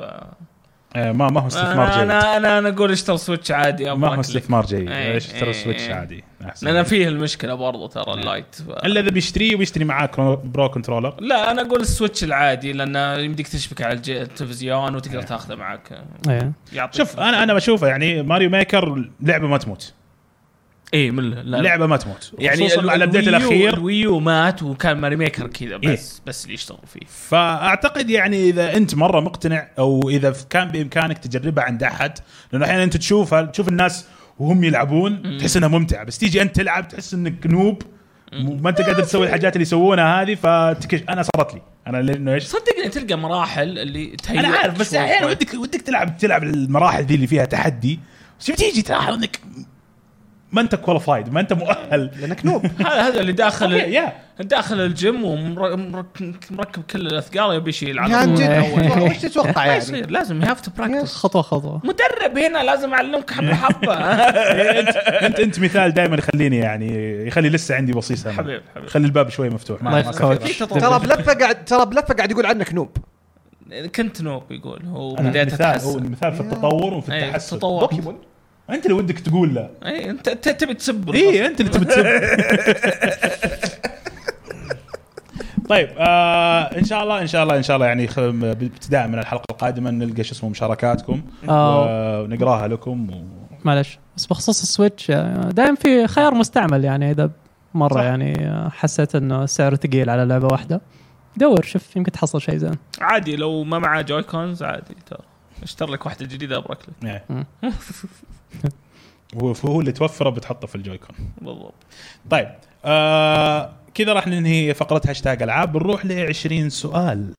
B: آه، ما ما هو استثمار
C: انا
B: جيد
C: انا انا, أنا اقول اشتر سويتش عادي
B: ما
C: أبغاك
B: هو
C: لك.
B: استثمار جيد
C: إيه،
B: ايش ترى
C: إيه،
B: سويتش
C: إيه.
B: عادي احسن
C: لان فيه المشكله برضو ترى اللايت ف...
B: الا اذا بيشتريه ويشتري معاه كرو- برو كنترولر
C: لا انا اقول السويتش العادي لانه يمديك تشبك على الج- التلفزيون وتقدر تاخذه معك
E: إيه.
C: يعطيك
B: شوف انا انا بشوفه يعني ماريو ميكر لعبه ما تموت
C: اي إيه، من لا لا.
B: لعبه ما تموت
C: يعني
B: خصوصاً على إيه. الابديت
C: الويو-
B: الاخير
C: الويو مات وكان ماري ميكر كذا بس بس اللي يشتغل فيه
B: فاعتقد يعني اذا انت مره مقتنع او اذا ف- كان بامكانك تجربها عند احد لانه احيانا انت تشوفها تشوف الناس وهم يلعبون تحس انها ممتعه بس تيجي انت تلعب تحس انك نوب ما انت قادر تسوي الحاجات اللي يسوونها هذه فتكش انا صارت لي انا لانه ايش
C: صدقني تلقى مراحل اللي تهيئ
B: انا عارف بس احيانا ودك ودك تلعب تلعب المراحل ذي اللي فيها تحدي بس يوم تيجي تلاحظ انك ما انت كواليفايد ما انت مؤهل
D: لانك نوب
C: هذا هذا
B: طبيعي،
C: اللي داخل
B: يا
C: داخل الجيم ومركب كل الاثقال يبي يشيل
D: يا
C: العضله
D: جد
E: أول.
D: والله وش تتوقع
C: ما
D: يعني؟
C: يصير لازم هاف تو براكتس
E: خطوه خطوه
C: مدرب هنا لازم اعلمك حبه حبه
B: انت انت مثال دائما يخليني يعني يخلي لسه عندي بصيص امل
C: حبيب- حبيب.
B: خلي الباب شوي مفتوح ما
E: لايف
B: ما-
E: كوتش
D: ترى بلفه قاعد ترى بلفه قاعد يقول عنك نوب
C: كنت نوب يقول هو
B: أنا
C: بديت
B: مثال هو
C: اتحسن
B: مثال في التطور وفي
C: اي
B: التحسن
C: تطور
D: بوكيمون
B: انت اللي ودك تقول له
C: اي انت أنت تبي تسب
B: اي انت اللي تبي تسب طيب آه ان شاء الله ان شاء الله ان شاء الله يعني خ- ابتداء من الحلقه القادمه نلقى شو اسمه مشاركاتكم
D: إيه.
E: آه.
B: ونقراها لكم و...
E: معلش بس بخصوص السويتش دائما في خيار مستعمل يعني اذا مره
B: صح.
E: صح. يعني حسيت انه سعره ثقيل على لعبه واحده دور شوف يمكن تحصل شيء زين
C: عادي لو ما معاه جوي كونز عادي ترى اشتر لك واحده جديده ابرك لك
B: إيه.
E: مم.
B: هو هو اللي توفره بتحطه في الجويكون
C: بالضبط
B: طيب آه كذا راح ننهي فقره هاشتاج العاب بنروح ل 20 سؤال
C: اوكي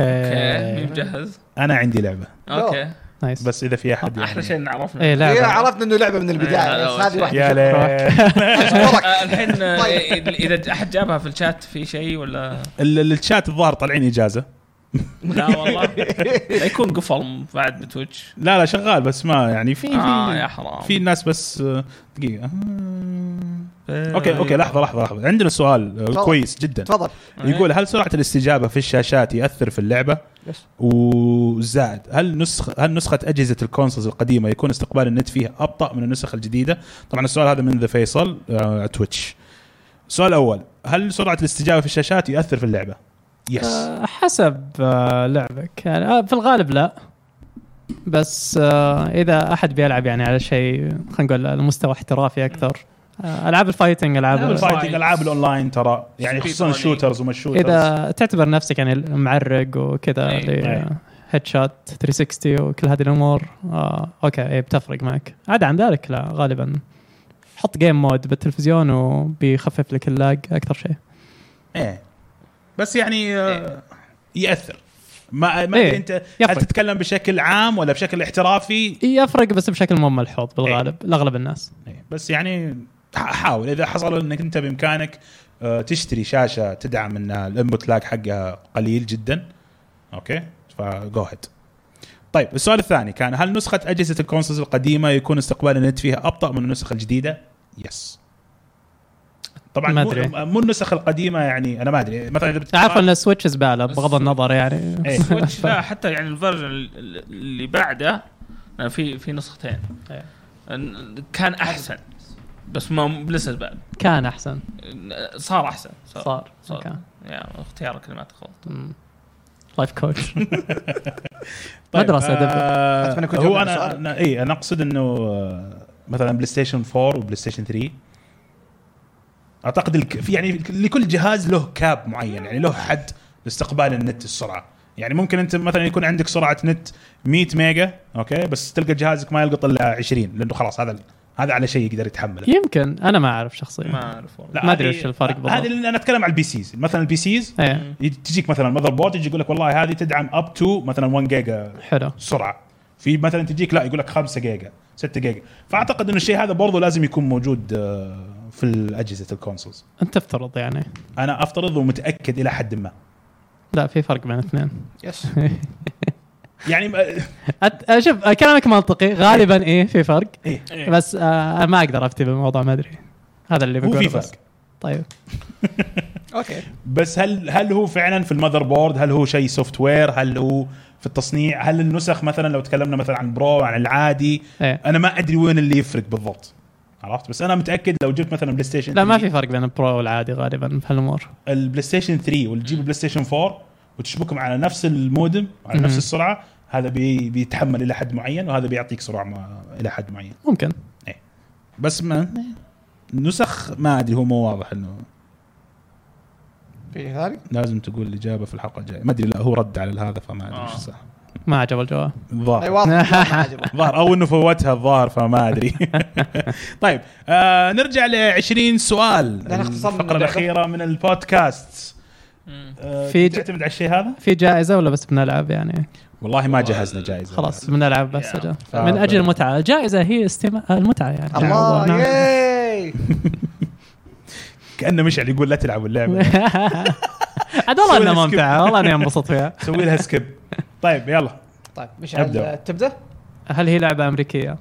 B: آه.
E: اوكي
C: مين مجهز
B: انا عندي لعبه
C: اوكي
B: يعني
E: نايس إيه، بس
B: بس اذا في احد يعني
C: احلى شيء إن عرفنا
E: اي
D: هي
E: لعبه
D: إيه، عرفنا انه لعبه من البدايه
C: إيه،
D: بس هذه
C: أول
D: واحده
B: يا ليل
D: أشكرك.
C: آه، الحين آه،
D: طيب.
C: اذا احد جابها في الشات في شيء ولا
B: ال- ال- الشات الظاهر طالعين اجازه
C: لا والله لا يكون قفل بعد بتويتش
B: لا لا شغال بس ما يعني في
C: اه
B: في
C: يا حرام
B: في ناس بس آه، دقيقه آه. اوكي اوكي لحظه لحظه لحظه عندنا سؤال آه،
D: تفضل.
B: كويس جدا
D: تفضل
B: يقول هل سرعه الاستجابه في الشاشات ياثر في اللعبه؟
D: يس.
B: وزائد هل نسخ هل نسخه اجهزه الكونسولز القديمه يكون استقبال النت فيها ابطا من النسخ الجديده؟ طبعا السؤال هذا من ذا فيصل آه، على تويتش. السؤال الاول هل سرعه الاستجابه في الشاشات ياثر في اللعبه؟ يس
E: آه، حسب آه، لعبك يعني آه، في الغالب لا بس آه، اذا احد بيلعب يعني على شيء خلينا نقول على مستوى احترافي اكثر آه، العاب الفايتنج
B: العاب
E: العاب
B: الفايتنج العاب الاونلاين ترى يعني
C: Speed
B: خصوصا
C: running.
B: الشوترز وما الشوترز
E: اذا تعتبر نفسك يعني معرق وكذا
C: أي.
B: أي.
E: هيد شوت 360 وكل هذه الامور آه اوكي اي بتفرق معك عدا عن ذلك لا غالبا حط جيم مود بالتلفزيون وبيخفف لك اللاج اكثر شيء
B: ايه بس يعني آه، ياثر ما ما
E: إيه.
B: ادري انت هل
E: يفرق.
B: تتكلم بشكل عام ولا بشكل احترافي
E: يفرق إيه، بس بشكل مو ملحوظ بالغالب لاغلب الناس
B: إيه، بس يعني ح- حاول اذا حصل انك انت بامكانك آه، تشتري شاشه تدعم ان الانبوت لاج حقها قليل جدا اوكي فجو هيد طيب السؤال الثاني كان هل نسخه اجهزه الكونسولز القديمه يكون استقبال النت فيها ابطا من النسخ الجديده؟ يس طبعا
E: ما
B: مو-
E: أدري.
B: مو النسخ القديمه يعني انا ما ادري مثلا اذا بت-
E: عارف ان السويتش زباله بغض النظر يعني
B: آه. إيه.
C: سويتش لا حتى يعني الفيرجن اللي بعده آه، في في نسختين
B: طيب.
E: إيه.
C: آه، كان احسن بس ما لسه بعد
E: كان احسن
C: آه، صار احسن
E: صار
C: صار.
E: كان
C: يا اختيار الكلمات غلط
E: لايف كوتش
B: طيب،
E: مدرسة دبل.
B: آه
D: أتمنى كنت
B: هو إيه،
D: جاوبت
B: انا
D: السؤال.
B: انا اي انا اقصد انه آه، مثلا بلاي ستيشن 4 وبلاي ستيشن 3 اعتقد الك... في يعني لكل جهاز له كاب معين يعني له حد لاستقبال النت السرعه يعني ممكن انت مثلا يكون عندك سرعه نت 100 ميجا اوكي بس تلقى جهازك ما يلقط الا 20 لانه خلاص هذا هذا على شيء يقدر يتحمله
E: يمكن انا ما اعرف شخصيا
C: ما اعرف والله
B: لا،
E: ما أدري
B: هذه-
E: وش الفرق بالضبط.
B: هذه لأن انا اتكلم على البي سيز مثلا البي سيز
E: ايه
B: تجيك مثلا مذر بورد يجي يقول لك والله هذه تدعم اب تو مثلا 1 جيجا
E: حلو
B: سرعه في مثلا تجيك لا يقول لك 5 جيجا 6 جيجا فاعتقد انه الشيء هذا برضه لازم يكون موجود آه، في الاجهزه الكونسولز
E: انت تفترض يعني
B: انا افترض ومتاكد الى حد ما
E: لا في فرق بين الاثنين
D: يس
B: يعني ما-
E: أت- أه، شوف كلامك منطقي غالبا ايه في فرق
B: إيه.
C: إيه.
E: بس أه، آه ما اقدر افتي بالموضوع ما ادري هذا اللي
B: هو
E: بقوله
B: في
E: بس.
B: فرق
E: طيب
D: اوكي
B: بس هل هل هو فعلا في المذر بورد هل هو شيء سوفت وير هل هو في التصنيع هل النسخ مثلا لو تكلمنا مثلا عن برو عن العادي
E: إيه.
B: انا ما ادري وين اللي يفرق بالضبط عرفت بس انا متاكد لو جبت مثلا بلاي ستيشن
E: لا ما
B: 3
E: في فرق بين البرو والعادي غالبا في هالامور
B: البلاي ستيشن 3 وتجيب البلاي ستيشن 4 وتشبكهم على نفس المودم وعلى نفس
E: مهم.
B: السرعه هذا بي بيتحمل الى حد معين وهذا بيعطيك سرعه ما الى حد معين
E: ممكن
B: بس ما نسخ ما ادري هو مو واضح انه
D: في ثاني
B: لازم تقول الاجابه في الحلقه الجايه ما ادري لا هو رد على هذا فما ادري ايش
C: آه.
B: صح
E: ما عجب الجواب
D: اي
B: الظاهر
D: واضح ما عجبه.
B: الظاهر او انه فوتها الظاهر فما ادري طيب آه نرجع ل 20 سؤال
D: لا، أنا اختصرنا
B: الفقره
D: اللعبة.
B: الأخيرة من البودكاست آه
E: في ج-
B: تعتمد على الشيء هذا؟
E: في جائزه ولا بس بنلعب يعني
B: والله ما جهزنا جائزة
E: خلاص بنلعب بس
C: Yeah.
E: أجل.
B: آه،
E: من اجل
B: طيب.
E: المتعه الجائزه هي استماع المتعه يعني
D: الله
E: نعم.
D: ياي
B: كأنه مشعل يقول لا تلعبوا اللعبة
E: عاد
B: سوي
E: والله انها
B: لها skip.
E: ممتعه والله اني انبسط فيها
B: سوي لها سكيب طيب يلا
D: طيب مش
B: أبدأ.
D: عاد تبدا؟
E: هل هي لعبه امريكيه؟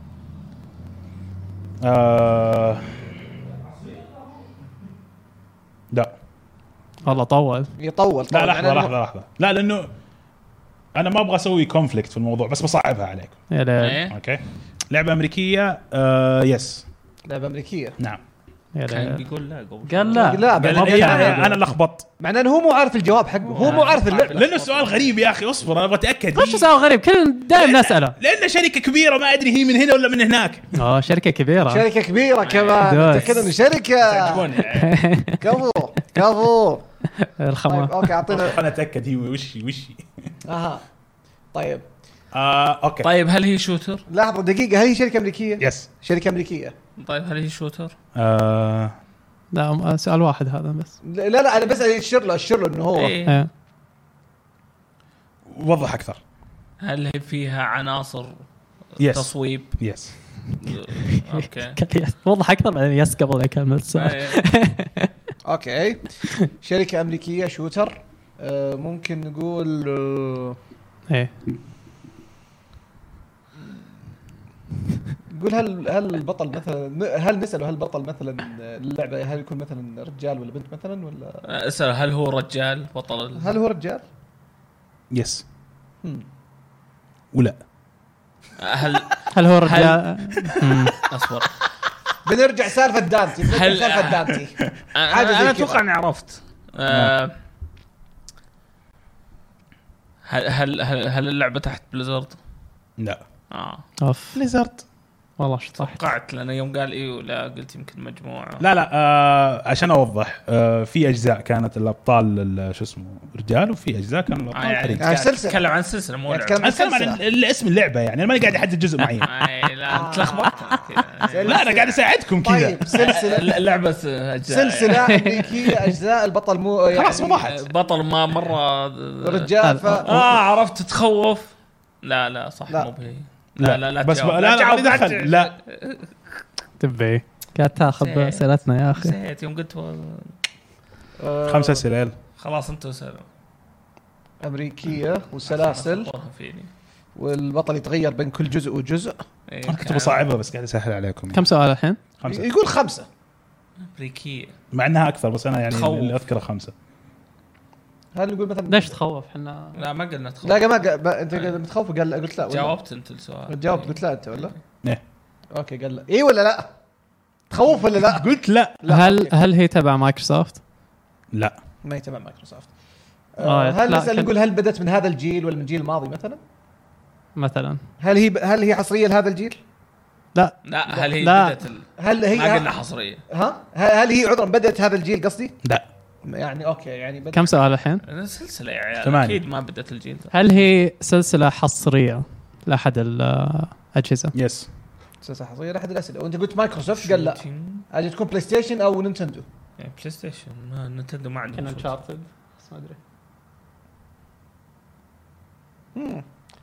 B: آه... لا
E: والله طول
D: يطول
B: لا
D: طول.
B: لحظة
D: يعني أنا-
B: لحظة لحظة لا لأنه أنا ما أبغى أسوي كونفليكت في الموضوع بس بصعبها عليكم
E: يا ليل
C: إيه؟
B: أوكي لعبة أمريكية آه... يس
D: لعبه امريكيه
B: نعم
E: يا
C: كان
E: ليل
C: بيقول لا قبل
E: قال لا
D: لا
B: قال-
D: ما
B: هي-
D: بدا
B: أنا
D: لعبة.
B: أنا لخبطت
D: مع انه هو مو عارف الجواب حقه إيه؟ هو مو عارف اللعبه
B: لأنه السؤال غريب يا أخي أصبر أنا أبغى أتأكد
E: وش سؤال غريب كل دائما نساله
B: لأنه شركة كبيرة ما أدري هي من هنا ولا من هناك
E: اه شركه
B: آه.
E: كبيره
D: شركه كبيره كمان
E: دوس.
D: متاكد انه شركه كفو كفو طيب
E: الخمار
D: اوكي اعطينا
B: أنا أتأكد هي وش هي- وش هي.
D: اها طيب
B: آه... أوكي
C: طيب هل هي شوتر؟
D: لحظه دقيقه هل هي شركه امريكيه؟
B: يس
D: شركه امريكيه
C: طيب هل هي شوتر؟
B: آه...
E: لا م- سؤال واحد هذا بس
D: لا لا انا بس اشير له اشير له انه هو
C: إيه.
E: إيه.
B: وضح أكثر
C: هل هي فيها عناصر
B: يس
C: تصويب؟
B: يس
C: اوكي
E: كان يس- وضح اكثر بعدين يس قبل لا يكمل السؤال
C: إيه.
D: اوكي شركه امريكيه شوتر آه، ممكن نقول آه،
E: ايه
D: نقول هل هل البطل مثلا هل نساله هل البطل مثلا اللعبه هل يكون مثلا رجال ولا بنت مثلا ولا
C: اسال هل هو رجال بطل ال-
D: هل هو رجال؟
B: يس Hmm.
D: هم.
B: ولا
C: هل
E: هل هو الرجال مم.
C: اصبر
D: بنرجع سالفه دانتي بنرجع
C: هل-
D: سالفه دانتي
C: انا
D: حاجة زي
C: أنا
D: كذا.
C: اتوقع اني عرفت آه، هل هل هل هل اللعبه تحت بليزرد؟
B: لا
C: اه
E: اوف
B: بليزرد
E: والله شطحت
C: توقعت لانه يوم قال ايوه لا قلت يمكن مجموعه
B: لا لا آه عشان اوضح آه في اجزاء كانت الابطال ال- شو اسمه رجال وفي اجزاء كانوا
C: آه،
B: الابطال
C: يعني
B: حريق
D: يعني
C: قاعد
D: سلسلة.
C: تتكلم عن سلسله مو
D: يعني
C: لعبه
D: تكلم-
B: انا اتكلم عن ال- ال- اسم اللعبه يعني انا ماني قاعد احدد جزء معين
C: أي، آه، إيه، لا انت لخبطت كذا.
B: لا انا قاعد اساعدكم كذا
D: طيب سلسله
C: اللعبه أجزاء يعني.
D: سلسله امريكيه اجزاء البطل مو يعني
B: خلاص وضحت
C: بطل ما مره
D: رجال ف
C: اه عرفت تخوف لا لا صح
D: لا.
C: مو بهي لا لا لا
B: بس
C: تجاوب.
B: لا لا
C: تجاوب،
B: لا
C: تجاوب.
B: دخل لا
E: تبي قاعد تاخذ
C: زين.
E: اسئلتنا يا اخي
C: نسيت يوم قلت و-
D: آه،
B: خمسة اسئله يلا.
C: خلاص انت وسلم
D: امريكيه وسلاسل
C: خبرها فيني
D: والبطل يتغير بين كل جزء وجزء
C: إيه،
B: انا كنت
C: كان
B: بصعبها بس قاعد اسهل عليكم
E: كم سؤال الحين؟
B: خمسه
D: يقول خمسه
C: امريكيه
B: مع انها اكثر بس انا يعني
C: تخوف.
B: اللي اذكره خمسه
D: هل نقول مثلا
E: ليش تخوف احنا
C: لا ما قلنا تخوف
D: لا ما قال- ما- انت قال- متخوف قال لا قلت لا ولا؟
C: جاوبت انت السؤال
D: جاوبت قلت لا انت ولا؟
B: إيه.
D: اوكي قال لا اي ولا لا؟ تخوف ولا لا؟
B: قلت لا
D: لا،
E: هل
D: أوكي.
E: هل هي تبع مايكروسوفت؟
B: لا
D: ما يتبع مايكروسوفت
E: آه،
D: آه هل
E: لا،
D: نسال
E: كان-
D: نقول هل بدت من هذا الجيل ولا من الجيل الماضي مثلا؟
E: مثلا
D: هل هي هل هي حصريه لهذا الجيل؟
E: لا
C: لا هل هي
E: لا.
C: بدت ال...
D: هل هي
C: ما قلنا حصريه
D: ها؟ هل هي عذرا بدات هذا الجيل قصدي؟
B: لا
D: يعني اوكي يعني بدأت
E: كم سؤال الحين؟
C: سلسله يا عيال
B: ثمانية.
C: اكيد ما بدت الجيل ذا
E: هل هي سلسله حصريه لاحد آه، الاجهزه؟
B: يس
D: سلسله حصريه احد الاسئله وانت قلت مايكروسوفت قال لا اجي تكون بلاي ستيشن او نينتندو
C: يعني بلاي ستيشن ما نتندو ما عندهم شوت.
E: بس ما ادري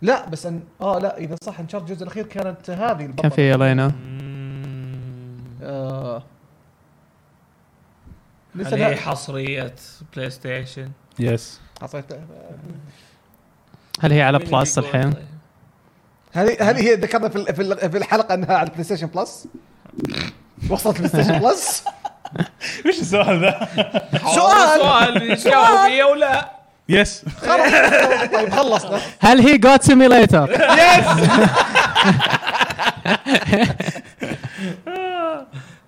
D: لا بس ان اه لا اذا صح انشارت الجزء الاخير كانت هذه البطل
E: كان في الينا
C: مم.
D: آه. لسه
C: هل هي
D: لا
C: حصريه بلاي ستيشن
B: يس
D: اعطيت
E: هل هي على
C: مين
E: بلس
C: بيقول
E: الحين؟
C: طيب؟
D: هل هل هي ذكرنا في ال- في ال- في الحلقه انها على البلاي ستيشن بلس وصلت بلاي ستيشن بلس
B: وش السؤال ذا؟
D: سؤال
C: سؤال يجاوب إيه ولا
B: يس
D: خلاص. طيب خلصنا
E: هل هي جوت سيميليتر؟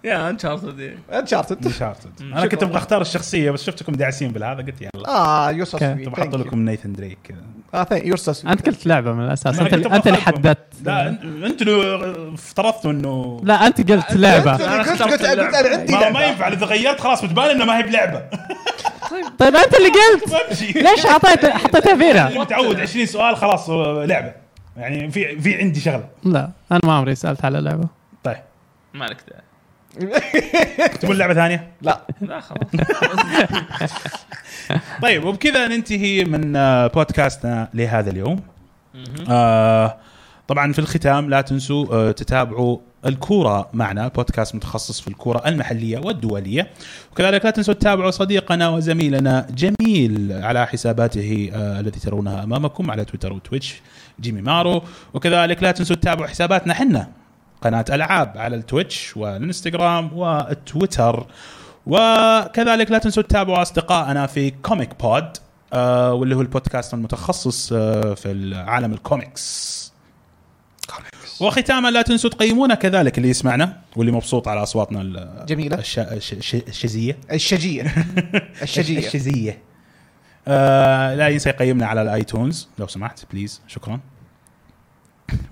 C: يا انشارتد
D: انشارتد
B: انشارتد انا كنت ابغى اختار الشخصيه بس شفتكم داعسين بالهذا قلت يلا
D: اه يوسف
E: Okay.
B: طب احط لكم نيثن دريك كذا
D: اه ثانك يوسف
E: انت قلت لعبه من الاساس
B: أنا
E: انت
B: كنت أبغى
E: انت اللي
B: أخاطبهم.
E: حددت
B: لا أن- انتوا اللي افترضتوا انه
E: لا انت قلت لعبه
C: أنا
D: قلت
C: اخترت
D: قلت قلت انا عندي
B: ما,
D: لعبة.
B: ما ينفع اذا غيرت خلاص بتبان انها ما هي بلعبه
E: طيب انت اللي قلت
B: بمشي
E: ليش حطيت حطيتها
B: اللي
E: فينا؟
B: متعود 20 سؤال خلاص آه، لعبه يعني في في عندي شغله
E: لا انا ما عمري سالت على لعبه
B: طيب
C: مالك داعي
B: تبون لعبه ثانيه؟
D: لا
C: لا خلاص
B: طيب وبكذا ننتهي من آه، بودكاستنا لهذا اليوم آه طبعا في الختام لا تنسوا آه تتابعوا الكورة معنا بودكاست متخصص في الكورة المحلية والدولية وكذلك لا تنسوا تتابعوا صديقنا وزميلنا جميل على حساباته آه التي ترونها أمامكم على تويتر وتويتش جيمي مارو وكذلك لا تنسوا تتابعوا حساباتنا حنا قناة ألعاب على التويتش والإنستغرام والتويتر وكذلك لا تنسوا تتابعوا أصدقائنا في كوميك بود آه واللي هو البودكاست المتخصص آه في عالم الكوميكس وختاما لا تنسوا تقيمونا كذلك اللي يسمعنا واللي مبسوط على اصواتنا ال-
D: جميلة.
B: الش... الش... الش... الشزيه
D: الشجيه الشجيه
B: الشزيه آه لا ينسى يقيمنا على الايتونز لو سمحت بليز شكرا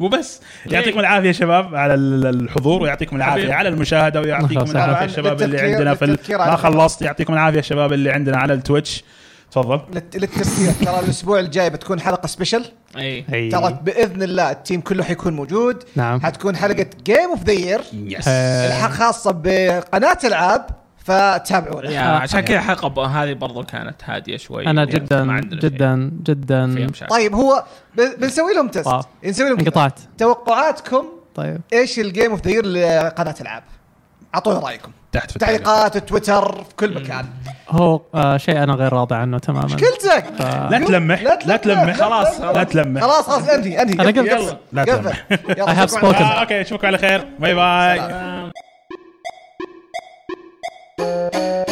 B: وبس يعطيكم العافيه يا شباب على ال- الحضور ويعطيكم العافيه
C: حبيبي.
B: على المشاهده ويعطيكم
E: الله
B: العافيه
D: يسعدك.
B: الشباب اللي
D: بالتذكير-
B: عندنا في ال-
D: بالتذكير على-
B: ما خلصت يعطيكم العافيه الشباب اللي عندنا على التويتش تفضل
D: للت- للتذكير ترى الاسبوع الجاي بتكون حلقه سبيشل
C: اي
E: اي
D: ترى باذن الله التيم كله حيكون موجود
E: إيه. نعم.
D: حتكون حلقه جيم اوف ذا يير
E: آه.
D: الحلقه خاصه بقناه العاب فتابعونا
E: آه.
C: يا عشان كذا الحلقه ب- هذه برضو كانت هاديه شوي
E: انا
C: يعني ما
E: جدا
C: عندنا
E: جدا
C: فيها- فيها
E: جدا
C: مشاكل.
D: طيب هو ب- بنسوي لهم تيست
E: طيب.
D: نسوي لهم كده.
E: انقطعت
D: توقعاتكم
E: طيب
D: ايش الجيم اوف ذا يير لقناه العاب اعطونا رايكم
B: تحت في
D: في
B: التعليقات
D: تعليقات التويتر في كل مكان
E: هو آه شيء انا غير راضي عنه تماما
D: مشكلتك
B: لا تلمح لا تلمح
C: خلاص،
B: لا تلمح
D: خلاص خلاص انهي انهي
E: أنا قلت-
D: قفل،
B: لا
D: قفل. يلا،
E: I have
D: شكراً.
E: spoken.
B: آه اوكي اشوفكم على خير باي باي